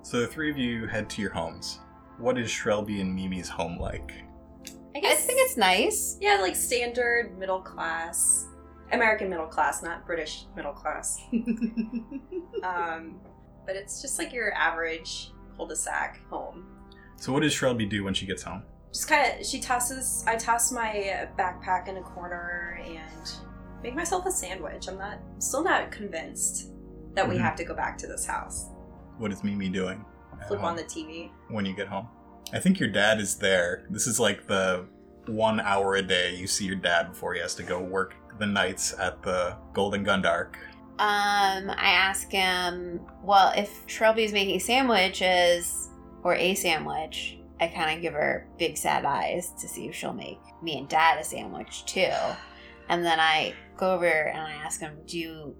Speaker 2: So the three of you head to your homes. What is Shrelby and Mimi's home like?
Speaker 4: I
Speaker 5: I
Speaker 4: guess.
Speaker 5: think it's nice.
Speaker 4: yeah, like standard middle class, American middle class, not British middle class. um, but it's just like your average cul-de-sac home.
Speaker 2: So, what does Shrelby do when she gets home?
Speaker 4: Just kind of, she tosses. I toss my backpack in a corner and make myself a sandwich. I'm not, still not convinced that we
Speaker 2: Mhm.
Speaker 4: have to go back to this house.
Speaker 2: What is Mimi doing? at
Speaker 4: Flip
Speaker 2: home?
Speaker 4: on the TV.
Speaker 2: when you get home. I think your dad is there. This is like the one hour a day you see your dad before he has to go work the nights at the Golden Gundark.
Speaker 5: Um, I ask him, well, if Shrelby's making sandwiches or a sandwich, I kind of give her big sad eyes to see if she'll make me and dad a sandwich too. And then I go over and I ask him, do you,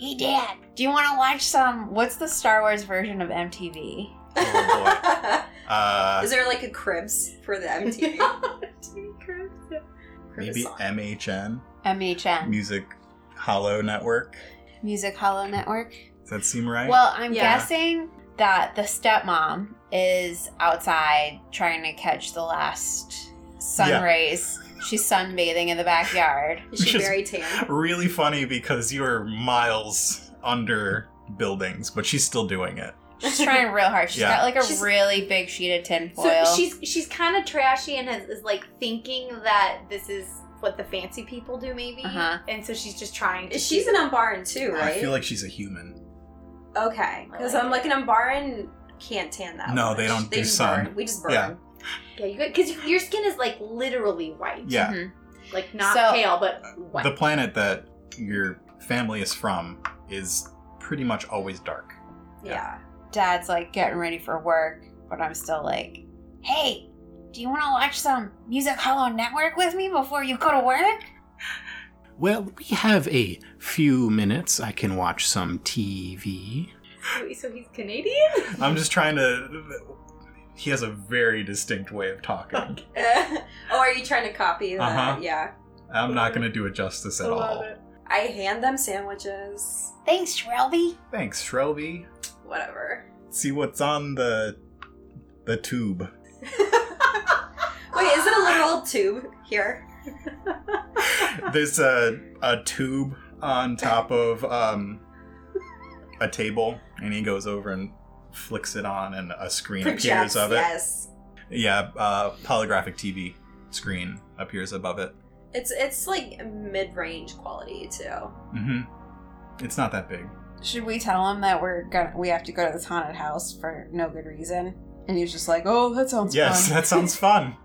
Speaker 5: hey dad, do you want to watch some, what's the Star Wars version of MTV?
Speaker 2: Oh, Uh,
Speaker 4: Is there like a cribs for the MTV?
Speaker 2: maybe
Speaker 4: song.
Speaker 2: MHN,
Speaker 5: MHN,
Speaker 2: Music Hollow Network.
Speaker 5: Music Hollow Network.
Speaker 2: Does that seem right?
Speaker 5: Well, I'm
Speaker 3: Yeah.
Speaker 5: guessing that the stepmom is outside trying to catch the last sun
Speaker 2: Yeah.
Speaker 5: rays. She's sunbathing in the backyard.
Speaker 4: Is she
Speaker 2: Just-
Speaker 4: very tan?
Speaker 2: really funny because you're miles under buildings, but she's still doing it.
Speaker 5: She's trying real hard. She's
Speaker 2: Yeah.
Speaker 5: got like a
Speaker 4: She's-
Speaker 5: really big sheet of tin
Speaker 3: So
Speaker 5: foil.
Speaker 3: she's she's kind of trashy and is, is like thinking that this is what the fancy people do, maybe.
Speaker 5: Uh-huh.
Speaker 3: And so she's just trying. to
Speaker 4: She's
Speaker 3: keep-
Speaker 4: an Umbaran too, right?
Speaker 2: I feel like she's a human.
Speaker 4: okay, because I'm like an Umbaran can't tan that.
Speaker 2: No,
Speaker 4: much.
Speaker 2: they don't do
Speaker 4: just
Speaker 2: sun.
Speaker 4: burn. We just burn.
Speaker 2: Yeah.
Speaker 3: Yeah, you because your skin is like literally white.
Speaker 4: Mm-hmm.
Speaker 2: Yeah.
Speaker 5: Mhm.
Speaker 3: like not
Speaker 5: So-
Speaker 3: pale, but white.
Speaker 2: The planet that your family is from is pretty much always dark.
Speaker 4: Yeah.
Speaker 5: Dad's like getting ready for work, but I'm still like, hey, do you want to watch some Music Hollow Network with me before you go to work?
Speaker 1: Well, we have a few minutes. I can watch some TV.
Speaker 3: Wait, so he's Canadian?
Speaker 2: I'm just trying to. He has a very distinct way of talking.
Speaker 4: oh, are you trying to copy that?
Speaker 2: Uh-huh.
Speaker 4: Yeah.
Speaker 2: I'm not going to do it justice at all.
Speaker 4: I hand them sandwiches.
Speaker 3: Thanks, Shelby.
Speaker 2: Thanks, Shrelby.
Speaker 4: Whatever.
Speaker 2: See what's on the the tube.
Speaker 4: Wait, is it a literal tube here?
Speaker 2: There's a a tube on top of um a table, and he goes over and flicks it on, and a screen appears of it.
Speaker 4: Yes.
Speaker 2: Yeah, uh, holographic TV screen appears above it.
Speaker 4: It's it's like mid range quality too.
Speaker 2: hmm It's not that big.
Speaker 5: Should we tell him that we're gonna we have to go to this haunted house for no good reason? And he was just like, "Oh, that sounds
Speaker 2: Yes,
Speaker 5: fun."
Speaker 2: that sounds fun.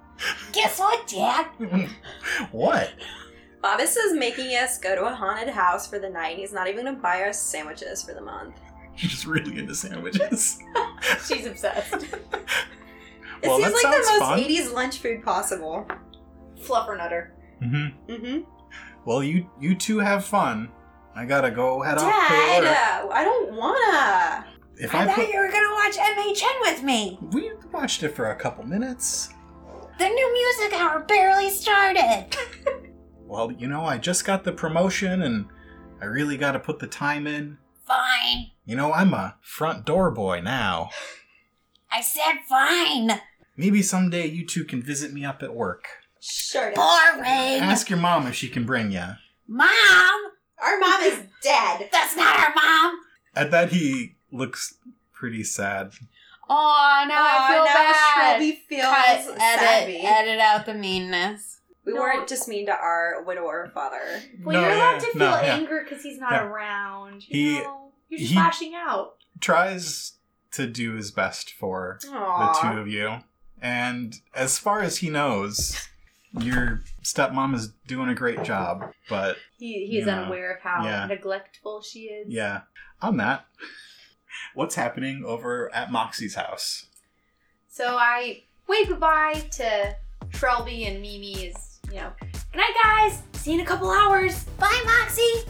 Speaker 3: Guess what, Dad?
Speaker 2: what?
Speaker 4: Bobis is making us go to a haunted house for the night. He's not even gonna buy us sandwiches for the month.
Speaker 2: She's really into sandwiches.
Speaker 3: She's obsessed.
Speaker 4: It
Speaker 2: Well, that
Speaker 4: seems like the
Speaker 2: sounds
Speaker 4: most
Speaker 2: fun.
Speaker 4: 80s lunch food possible.
Speaker 3: Fluffernutter.
Speaker 2: hmm
Speaker 4: Mm-hmm.
Speaker 2: Well, you you two have fun. I gotta go head off to
Speaker 4: Dad,
Speaker 2: work.
Speaker 4: uh, I don't wanna.
Speaker 2: If I put,
Speaker 5: you were gonna watch MHN with me.
Speaker 2: we watched it for a couple minutes.
Speaker 5: The new music hour barely started.
Speaker 2: Well, you know, I just got the promotion, and I really gotta put the time in.
Speaker 5: Fine,
Speaker 2: You know, I'm a front door boy now.
Speaker 5: I said fine.
Speaker 2: Maybe someday you two can visit me up at work.
Speaker 4: Sure. does.
Speaker 5: Boring.
Speaker 2: Ask your mom if she can bring ya.
Speaker 5: Mom,
Speaker 4: Our mom is dead.
Speaker 5: that's not our mom.
Speaker 2: At that, he looks pretty sad.
Speaker 5: Oh, now I feel bad.
Speaker 4: Shelby feels
Speaker 5: Cut, edit,
Speaker 4: savvy.
Speaker 5: edit out the meanness.
Speaker 4: We
Speaker 3: No.
Speaker 4: weren't just mean to our widower father.
Speaker 3: Well,
Speaker 2: No,
Speaker 3: you're
Speaker 2: yeah,
Speaker 3: allowed to feel
Speaker 2: no, yeah.
Speaker 3: anger because he's not
Speaker 2: Yeah.
Speaker 3: around. You
Speaker 2: He-
Speaker 3: know? You're just
Speaker 2: he-
Speaker 3: lashing out.
Speaker 2: Tries to do his best for the two
Speaker 4: Aww.
Speaker 2: of you. And as far as he knows, your stepmom is doing a great job. But
Speaker 3: He, he is
Speaker 2: Yeah.
Speaker 3: unaware of how
Speaker 2: Yeah.
Speaker 3: neglectful she is.
Speaker 2: yeah, on that, what's happening over at Moxie's house?
Speaker 3: So I wave goodbye to Shelby and Mimi is, you know, good night, guys. See you in a couple hours. Bye, Moxie.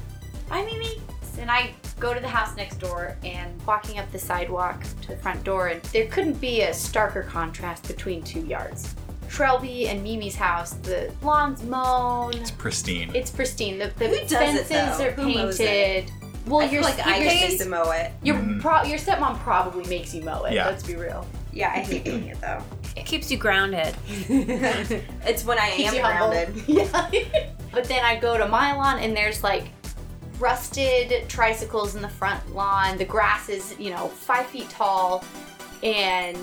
Speaker 3: Bye, Mimi. And I go to the house next door and walking up the sidewalk to the front door, and there couldn't be a starker contrast between two yards. Shelby and Mimi's house, the lawn's mown.
Speaker 2: It's pristine.
Speaker 3: It's pristine. The, the
Speaker 4: Who does it,
Speaker 3: fences
Speaker 4: though?
Speaker 3: are
Speaker 4: Who mows
Speaker 3: painted.
Speaker 4: I
Speaker 3: Well,
Speaker 4: feel
Speaker 3: your
Speaker 4: like I
Speaker 3: your,
Speaker 4: just need to mow it.
Speaker 3: your,
Speaker 2: Mm.
Speaker 3: pro- your stepmom probably makes you mow it.
Speaker 2: Yeah.
Speaker 3: Let's be real.
Speaker 4: Yeah, I hate doing it though.
Speaker 5: It keeps you grounded.
Speaker 4: It's when I
Speaker 3: Keeps
Speaker 4: am
Speaker 3: you humble.
Speaker 4: grounded.
Speaker 3: Yeah. but then I go to my lawn and there's like rusted tricycles in the front lawn. The grass is, you know, five feet tall and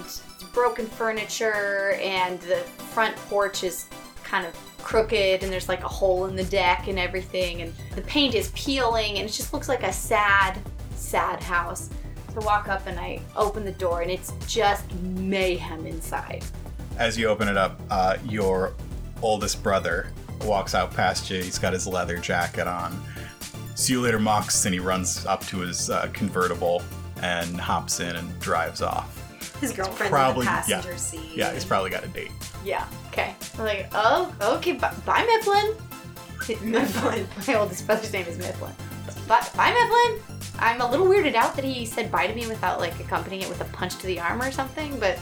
Speaker 3: broken furniture and the front porch is kind of crooked and there's like a hole in the deck and everything and the paint is peeling and it just looks like a sad, sad house. So I walk up and I open the door and it's just mayhem inside.
Speaker 2: As you open it up, uh, your oldest brother walks out past you. He's got his leather jacket on. See you later, Mox. And he runs up to his uh, convertible and hops in and drives off.
Speaker 4: His girlfriend's
Speaker 2: Probably-
Speaker 4: in the passenger
Speaker 2: yeah.
Speaker 4: seat.
Speaker 2: Yeah, he's probably got a date.
Speaker 3: Yeah. Okay. I'm like, oh, okay. Bye, bye Mifflin. Mifflin. My oldest brother's name is Mifflin. Bye, bye, Mifflin. I'm a little weirded out that he said bye to me without like accompanying it with a punch to the arm or something, but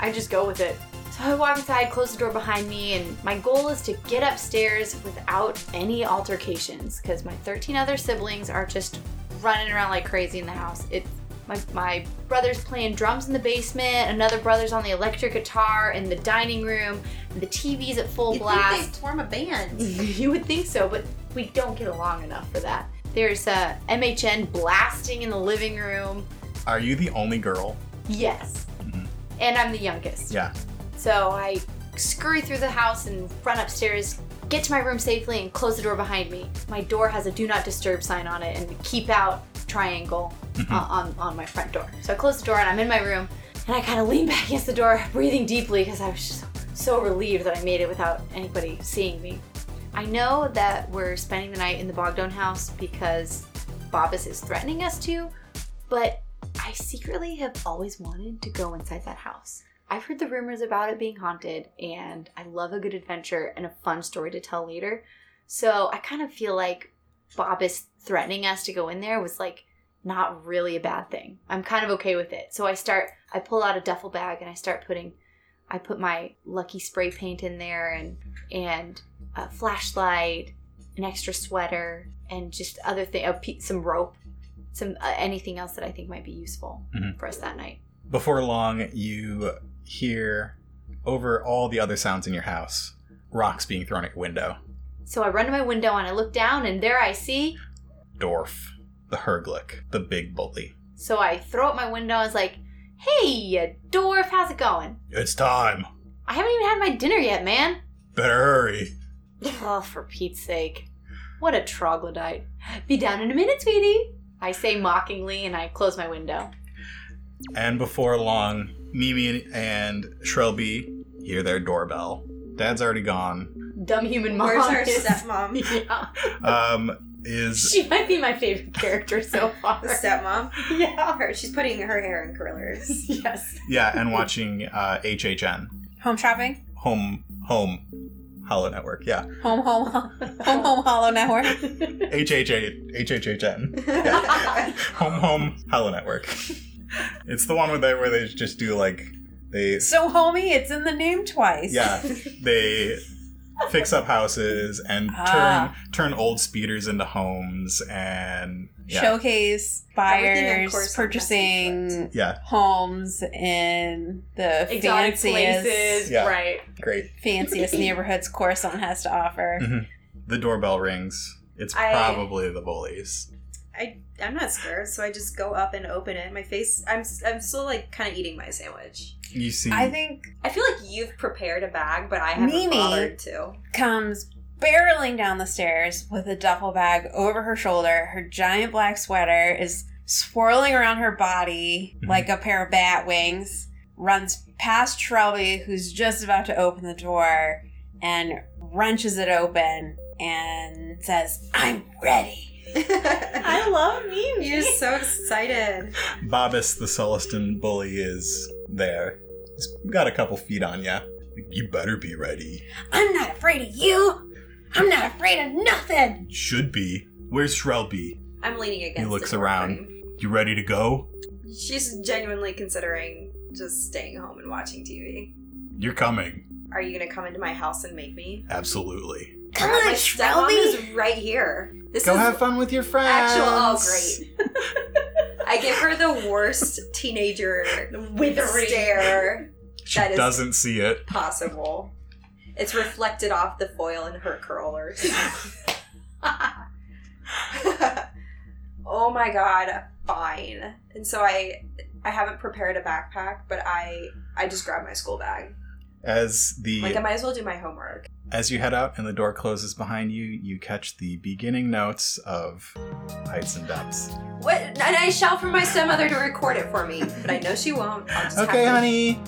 Speaker 3: I just go with it. So I walk inside, close the door behind me, and my goal is to get upstairs without any altercations because my 13 other siblings are just running around like crazy in the house. It's my, my brother's playing drums in the basement, another brother's on the electric guitar in the dining room, and the TV's at full
Speaker 4: You'd
Speaker 3: blast
Speaker 4: think they form a band.
Speaker 3: you would think so, but we don't get along enough for that. There's uh, MHN blasting in the living room.
Speaker 2: Are you the only girl?
Speaker 3: Yes.
Speaker 2: Mhm.
Speaker 3: And I'm the youngest.
Speaker 2: Yeah.
Speaker 3: So I scurry through the house and run upstairs, get to my room safely, and close the door behind me. My door has a do not disturb sign on it and a keep out triangle
Speaker 2: Mhm.
Speaker 3: uh, on, on my front door. So I close the door and I'm in my room, and I kind of lean back against the door, breathing deeply because I was just so relieved that I made it without anybody seeing me. I know that we're spending the night in the Bogdone house because Bobbis is threatening us to, but I secretly have always wanted to go inside that house. I've heard the rumors about it being haunted, and I love a good adventure and a fun story to tell later. So I kind of feel like Bobbis threatening us to go in there was like not really a bad thing. I'm kind of okay with it. So I start, I pull out a duffel bag and I start putting, I put my lucky spray paint in there and, and a flashlight, an extra sweater, and just other thing, a pe- some rope, some uh, anything else that I think might be useful
Speaker 2: Mhm.
Speaker 3: for us that night.
Speaker 2: Before long, you hear over all the other sounds in your house rocks being thrown at your window.
Speaker 3: So I run to my window and I look down and there I see.
Speaker 2: Dorf, the Herglick, the big bully.
Speaker 3: So I throw up my window. I was like, "Hey, you dwarf, how's it going?
Speaker 2: It's time.
Speaker 3: I haven't even had my dinner yet, man."
Speaker 2: Better hurry.
Speaker 3: Oh, for Pete's sake. What a troglodyte. Be down in a minute, sweetie. I say mockingly and I close my window.
Speaker 2: And before long, Mimi and Shrelby hear their doorbell. Dad's already gone.
Speaker 3: Dumb human mom.
Speaker 4: Where's our
Speaker 3: is-
Speaker 4: stepmom?
Speaker 3: Yeah.
Speaker 2: Um, is
Speaker 3: She might be my favorite character so far.
Speaker 4: The stepmom.
Speaker 3: yeah.
Speaker 4: Her, she's putting her hair in curlers.
Speaker 3: Yes.
Speaker 2: yeah, and watching uh, HHN
Speaker 5: Home shopping?
Speaker 2: home home Hollow Network. Yeah,
Speaker 5: Home, home, home, home, home hollow network.
Speaker 2: HHA HHHN. Home home Hollow Network. It's the one where they where they just do like they
Speaker 5: So homie, it's in the name twice.
Speaker 2: yeah they fix up houses and turn
Speaker 5: Ah.
Speaker 2: turn old speeders into homes and yeah
Speaker 5: Showcase
Speaker 4: Everything in
Speaker 5: buyers
Speaker 4: Corsica has
Speaker 5: purchasing
Speaker 2: yeah
Speaker 5: homes in the
Speaker 3: Exotic places.
Speaker 5: fanciest,
Speaker 2: Yeah.
Speaker 3: Right.
Speaker 2: great.
Speaker 5: fanciest neighborhoods Corson has to offer.
Speaker 2: Mhm. The doorbell rings. It's
Speaker 4: I-
Speaker 2: probably the bullies.
Speaker 4: I I'm not scared, so I just go up and open it. My face. I'm I'm still like kind of eating my sandwich.
Speaker 2: You see
Speaker 5: I think
Speaker 4: I feel like you've prepared a bag, but I haven't
Speaker 5: Mimi.
Speaker 4: bothered to.
Speaker 5: comes barreling down the stairs with a duffel bag over her shoulder. Her giant black sweater is swirling around her body
Speaker 2: Mhm.
Speaker 5: like a pair of bat wings. Runs past Shelby, who's just about to open the door, and wrenches it open and says, "I'm ready."
Speaker 4: I
Speaker 3: love Mimi.
Speaker 4: You're so excited.
Speaker 2: Bobbus the Celestin bully is there. He's got a couple feet on ya. You better be ready.
Speaker 5: I'm not afraid of you. I'm not afraid of nothing.
Speaker 2: Should be. Where's Shrelby?
Speaker 4: I'm leaning against.
Speaker 2: He looks
Speaker 4: the
Speaker 2: around.
Speaker 4: doorframe.
Speaker 2: You ready to go?
Speaker 4: She's genuinely considering just staying home and watching TV.
Speaker 2: You're coming.
Speaker 4: Are you gonna come into my house and make me?
Speaker 2: Absolutely.
Speaker 5: Come
Speaker 4: Crap,
Speaker 5: on,
Speaker 4: my stepmom
Speaker 5: Shelby.
Speaker 4: is right here. This
Speaker 2: go
Speaker 4: is
Speaker 2: have fun with your friends.
Speaker 4: actual. Oh, great. I give her the worst teenager
Speaker 3: Withering.
Speaker 4: stare.
Speaker 2: She
Speaker 4: That is-
Speaker 2: doesn't see it.
Speaker 4: possible. It's reflected off the foil in her curlers. oh my god, fine. And so I I haven't prepared a backpack, but I I just grabbed my school bag.
Speaker 2: As the
Speaker 4: Like I might as well do my homework.
Speaker 2: as you head out and the door closes behind you, you catch the beginning notes of Heights and Depths.
Speaker 4: What and I shout for my stepmother to record it for me, but I know she won't. I'll just
Speaker 2: Okay,
Speaker 4: have to-
Speaker 2: honey.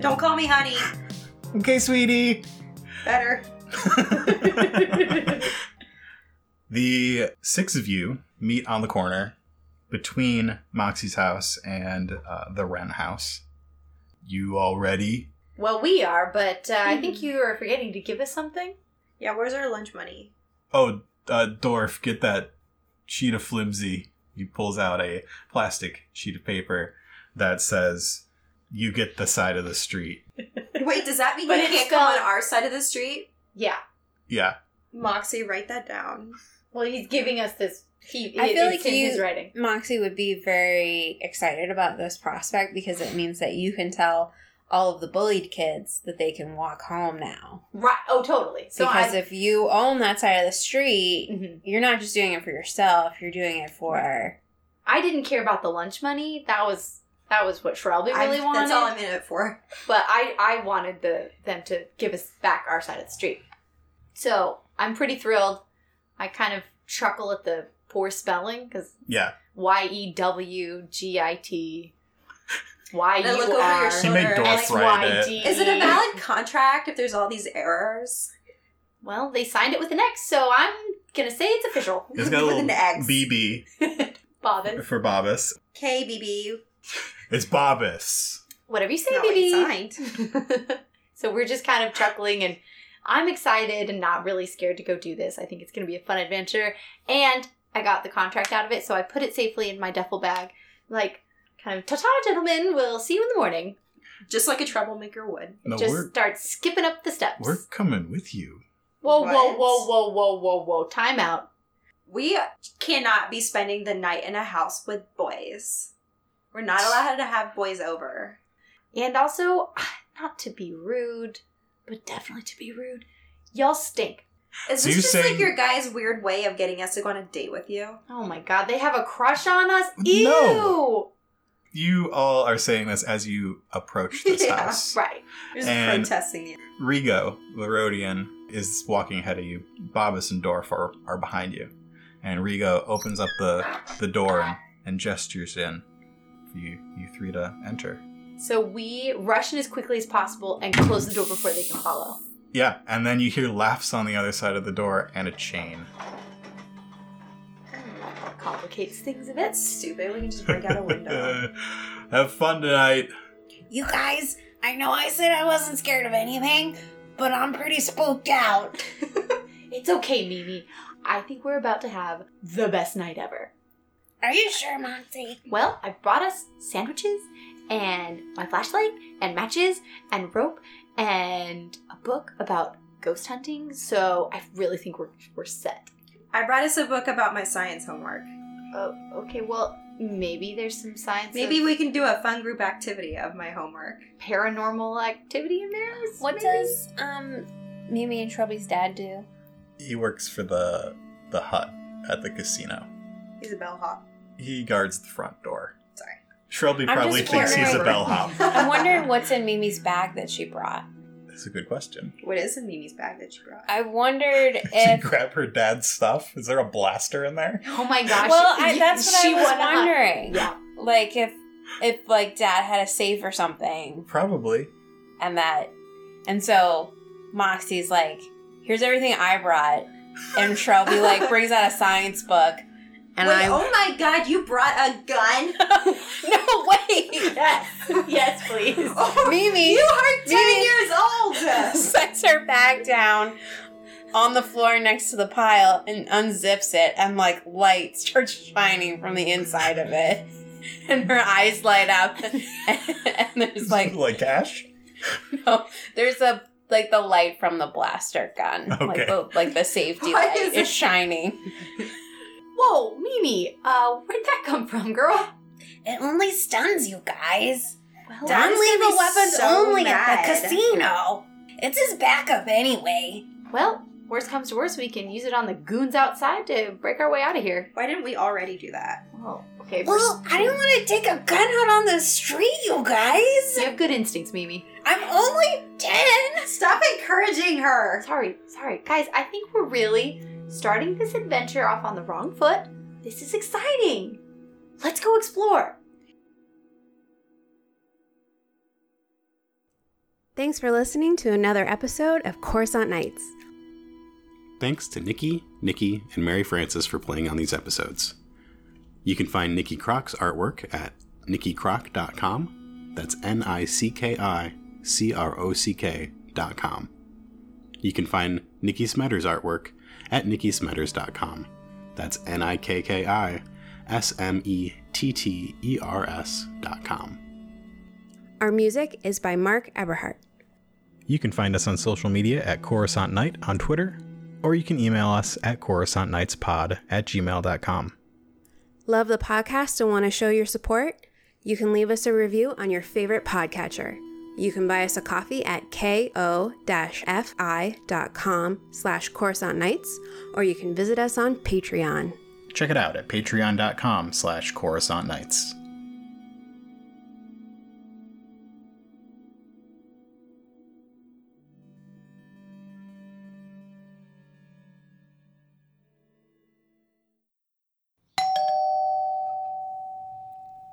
Speaker 4: Don't call me honey.
Speaker 2: Okay, sweetie.
Speaker 4: Better.
Speaker 2: the six of you meet on the corner between Moxie's house and uh, the Wren house. You all ready?
Speaker 3: Well, we are, but uh, I think you are forgetting to give us something.
Speaker 4: Hmm. Yeah, where's our lunch money?
Speaker 2: Oh, uh, Dorf, get that sheet of flimsy. He pulls out a plastic sheet of paper that says, You get the side of the street.
Speaker 4: Wait, does that mean
Speaker 3: But
Speaker 4: you
Speaker 3: it's
Speaker 4: can't come on
Speaker 3: spelled-
Speaker 4: our side of the street?
Speaker 3: Yeah.
Speaker 2: Yeah.
Speaker 4: Moxie, write that down.
Speaker 3: Well, he's giving us this. He,
Speaker 5: I feel
Speaker 3: it's
Speaker 5: like
Speaker 3: in
Speaker 5: you-
Speaker 3: his writing.
Speaker 5: Moxie would be very excited about this prospect because it means that you can tell all of the bullied kids that they can walk home now.
Speaker 3: Right. Oh, totally. So
Speaker 5: because
Speaker 3: I,
Speaker 5: if you own that side of the street,
Speaker 3: Mhm.
Speaker 5: you're not just doing it for yourself, you're doing it for
Speaker 3: I didn't care about the lunch money. That was that was what Shrelby
Speaker 4: I'm-
Speaker 3: really wanted.
Speaker 4: That's all I'm in it for.
Speaker 3: but I I wanted the them to give us back our side of the street. So I'm pretty thrilled. I kind of chuckle at the poor spelling because
Speaker 2: Yeah.
Speaker 3: Y E W G I T Y E
Speaker 4: And I look
Speaker 3: U
Speaker 4: over your
Speaker 3: R
Speaker 2: You
Speaker 4: shoulder.
Speaker 2: make
Speaker 4: and I'm
Speaker 2: Dorf
Speaker 3: S
Speaker 4: like,
Speaker 2: right.
Speaker 3: Y D.
Speaker 4: Is it a valid contract if there's all these errors?
Speaker 3: Well, they signed it with an X, so I'm gonna say it's official.
Speaker 2: It's got a
Speaker 4: With
Speaker 2: little
Speaker 4: an X.
Speaker 2: BB
Speaker 3: Bobbin.
Speaker 2: for Bobbus.
Speaker 4: Okay, BB.
Speaker 2: It's Bobbus.
Speaker 3: Whatever you say,
Speaker 4: Not what
Speaker 3: baby.
Speaker 4: you signed.
Speaker 3: so we're just kind of chuckling and I'm excited and not really scared to go do this. I think it's going to be a fun adventure. And I got the contract out of it, so I put it safely in my duffel bag. Like, kind of, ta ta, gentlemen, we'll see you in the morning.
Speaker 4: Just like a troublemaker would.
Speaker 2: No,
Speaker 3: Just
Speaker 2: we're
Speaker 3: start skipping up the steps.
Speaker 2: we're coming with you.
Speaker 3: Whoa, whoa,
Speaker 4: What?
Speaker 3: whoa, whoa, whoa, whoa, whoa. Time out.
Speaker 4: We cannot be spending the night in a house with boys. We're not allowed to have boys over.
Speaker 3: And also, not to be rude, but definitely to be rude, y'all stink.
Speaker 4: Is
Speaker 2: So
Speaker 4: this
Speaker 2: you're
Speaker 4: just
Speaker 2: saying-
Speaker 4: like your guy's weird way of getting us to go on a date with you?
Speaker 3: Oh my god, they have a crush on us? Ew!
Speaker 2: No. You all are saying this as you approach this
Speaker 4: Yeah,
Speaker 2: house.
Speaker 3: Right.
Speaker 4: Just
Speaker 2: And-
Speaker 4: protesting it.
Speaker 2: Rigo, the Rhodian, is walking ahead of you. Bobas and Dorf are, are behind you. And Rigo opens up the, the door and, and gestures in for you, you three to enter.
Speaker 3: So we rush in as quickly as possible and close the door before they can follow.
Speaker 2: Yeah, and then you hear laughs on the other side of the door and a chain.
Speaker 3: Hmm, Complicates things a bit.
Speaker 4: That's stupid. We can just break out a window.
Speaker 2: Have fun tonight.
Speaker 5: You guys, I know I said I wasn't scared of anything, but I'm pretty spooked out.
Speaker 3: It's okay, Mimi. I think we're about to have the best night ever.
Speaker 5: Are you sure, Moxie?
Speaker 3: Well, I brought us sandwiches and my flashlight and matches and rope and a book about ghost hunting, so I really think we're, we're set.
Speaker 4: I brought us a book about my science homework.
Speaker 3: Oh, okay, well, maybe there's some science.
Speaker 4: Maybe
Speaker 3: of
Speaker 4: we can do a fun group activity of my homework.
Speaker 3: paranormal activity in there?
Speaker 5: What
Speaker 3: Maybe?
Speaker 5: does um Mimi and Shelby's dad do?
Speaker 2: He works for the the hut at the casino.
Speaker 4: He's a bellhop.
Speaker 2: He guards the front door.
Speaker 4: Sorry.
Speaker 2: Shelby
Speaker 5: I'm
Speaker 2: probably
Speaker 5: just
Speaker 2: thinks he's a
Speaker 5: wondering-
Speaker 2: bellhop.
Speaker 5: I'm wondering what's in Mimi's bag that she brought.
Speaker 2: That's a good question.
Speaker 4: What is in Mimi's bag that you brought?
Speaker 5: I wondered
Speaker 2: Did
Speaker 5: if
Speaker 2: you grab her dad's stuff? Is there a blaster in there?
Speaker 3: Oh my gosh.
Speaker 5: well, I,
Speaker 3: you-
Speaker 5: that's what I
Speaker 3: she
Speaker 5: was
Speaker 3: went on-
Speaker 5: wondering.
Speaker 3: Yeah.
Speaker 5: Like if if like dad had a safe or something
Speaker 2: Probably.
Speaker 5: and that and so Moxie's like, here's everything I brought and Shelby like brings out a science book and
Speaker 4: Wait,
Speaker 5: I
Speaker 4: oh my god, you brought a gun?
Speaker 5: No way
Speaker 3: Yes. Yes, please.
Speaker 5: Mimi
Speaker 4: You are 10
Speaker 5: Mimi-
Speaker 4: years old!
Speaker 5: sets her bag down on the floor next to the pile and unzips it and like light starts shining from the inside of it and her eyes light up and, there's like
Speaker 2: like cash?
Speaker 5: no there's a like the light from the blaster gun
Speaker 2: Okay.
Speaker 5: like the like the safety
Speaker 4: Why
Speaker 5: light
Speaker 4: is
Speaker 5: is,
Speaker 4: it-
Speaker 5: shining
Speaker 3: Whoa, Mimi, uh, where'd that come from, girl?
Speaker 5: it only stuns you guys
Speaker 3: Well,
Speaker 4: That- Don's gonna be so mad.
Speaker 5: casino it's his backup anyway
Speaker 3: well, worst comes to worst, we can use it on the goons outside to break our way out of here.
Speaker 4: Why didn't we already do that?
Speaker 3: Well, Oh, okay.
Speaker 5: well i don't want to take a gun out on the street you guys
Speaker 3: you have good instincts, Mimi.
Speaker 5: I'm only 10.
Speaker 4: Stop encouraging her!
Speaker 3: Sorry, sorry. Guys, I think we're really starting this adventure off on the wrong foot. This is exciting. Let's go explore.
Speaker 6: Thanks for listening to another episode of Coruscant Nights.
Speaker 1: Thanks to Nikki, Nikki, and Mary Frances for playing on these episodes. You can find Nikki Croc's artwork at nikkicroc.com. That's N I C K I C R O C K.com. You can find Nikki Smetter's artwork at nikkismetters.com. That's N I K K I S M E T T E R S.com.
Speaker 6: Our music is by Mark Eberhardt.
Speaker 2: You can find us on social media at Coruscant Night on Twitter, or you can email us at coruscantnightspod at gmail.com.
Speaker 6: Love the podcast and want to show your support? You can leave us a review on your favorite podcatcher. You can buy us a coffee at ko-fi.com slash Coruscant Nights, or you can visit us on Patreon.
Speaker 2: Check it out at patreon.com slash Coruscant Nights.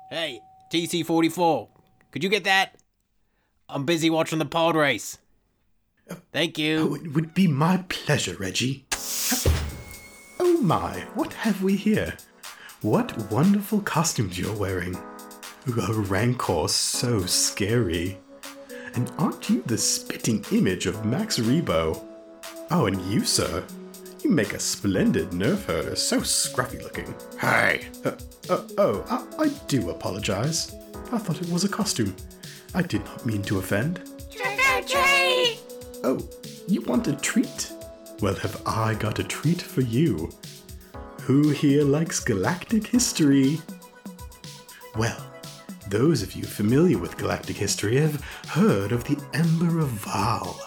Speaker 7: Hey, TC44, could you get that? I'm busy watching the pod race. Thank
Speaker 8: Oh,
Speaker 7: you.
Speaker 8: it would be my pleasure, Reggie. Oh my, what have we here? What wonderful costumes you're wearing. Ooh, A rancor so scary. And aren't you the spitting image of Max Rebo? Oh, and you, sir. You make a splendid nerf herder, so scruffy looking.
Speaker 1: Hey!
Speaker 8: Uh, uh, oh, I, I do apologize. I thought it was a costume. I did not mean to offend. Oh, you want a treat? Well, have I got a treat for you? Who here likes galactic history? Well, those of you familiar with galactic history have heard of the Ember of Val.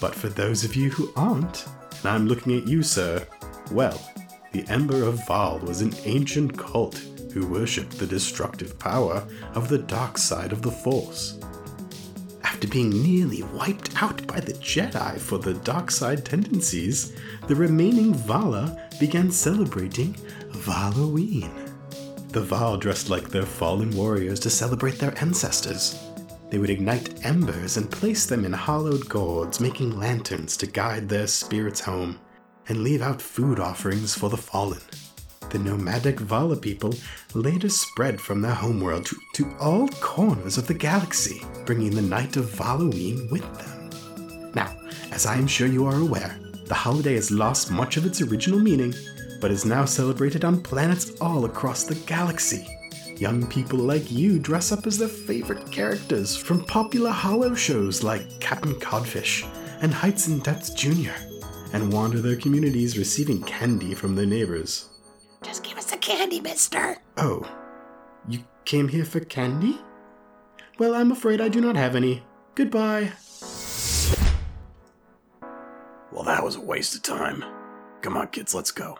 Speaker 8: But for those of you who aren't, and I'm looking at you, sir, well, the Ember of Val was an ancient cult who worshipped the destructive power of the dark side of the Force. After being nearly wiped out by the Jedi for their dark side tendencies, the remaining Vala began celebrating Valoween. The Val dressed like their fallen warriors to celebrate their ancestors. They would ignite embers and place them in hollowed gourds, making lanterns to guide their spirits home, and leave out food offerings for the fallen. The nomadic Vala people later spread from their homeworld to, to all corners of the galaxy, bringing the night of Valoween with them. Now, as I am sure you are aware, the holiday has lost much of its original meaning, but is now celebrated on planets all across the galaxy. Young people like you dress up as their favorite characters from popular hollow shows like Captain Codfish and Heights and Depths Jr., and wander their communities receiving candy from their neighbors.
Speaker 9: Just give us the candy, mister.
Speaker 8: Oh, you came here for candy? Well, I'm afraid I do not have any. Goodbye.
Speaker 9: Well, that was a waste of time. Come on, kids, let's go.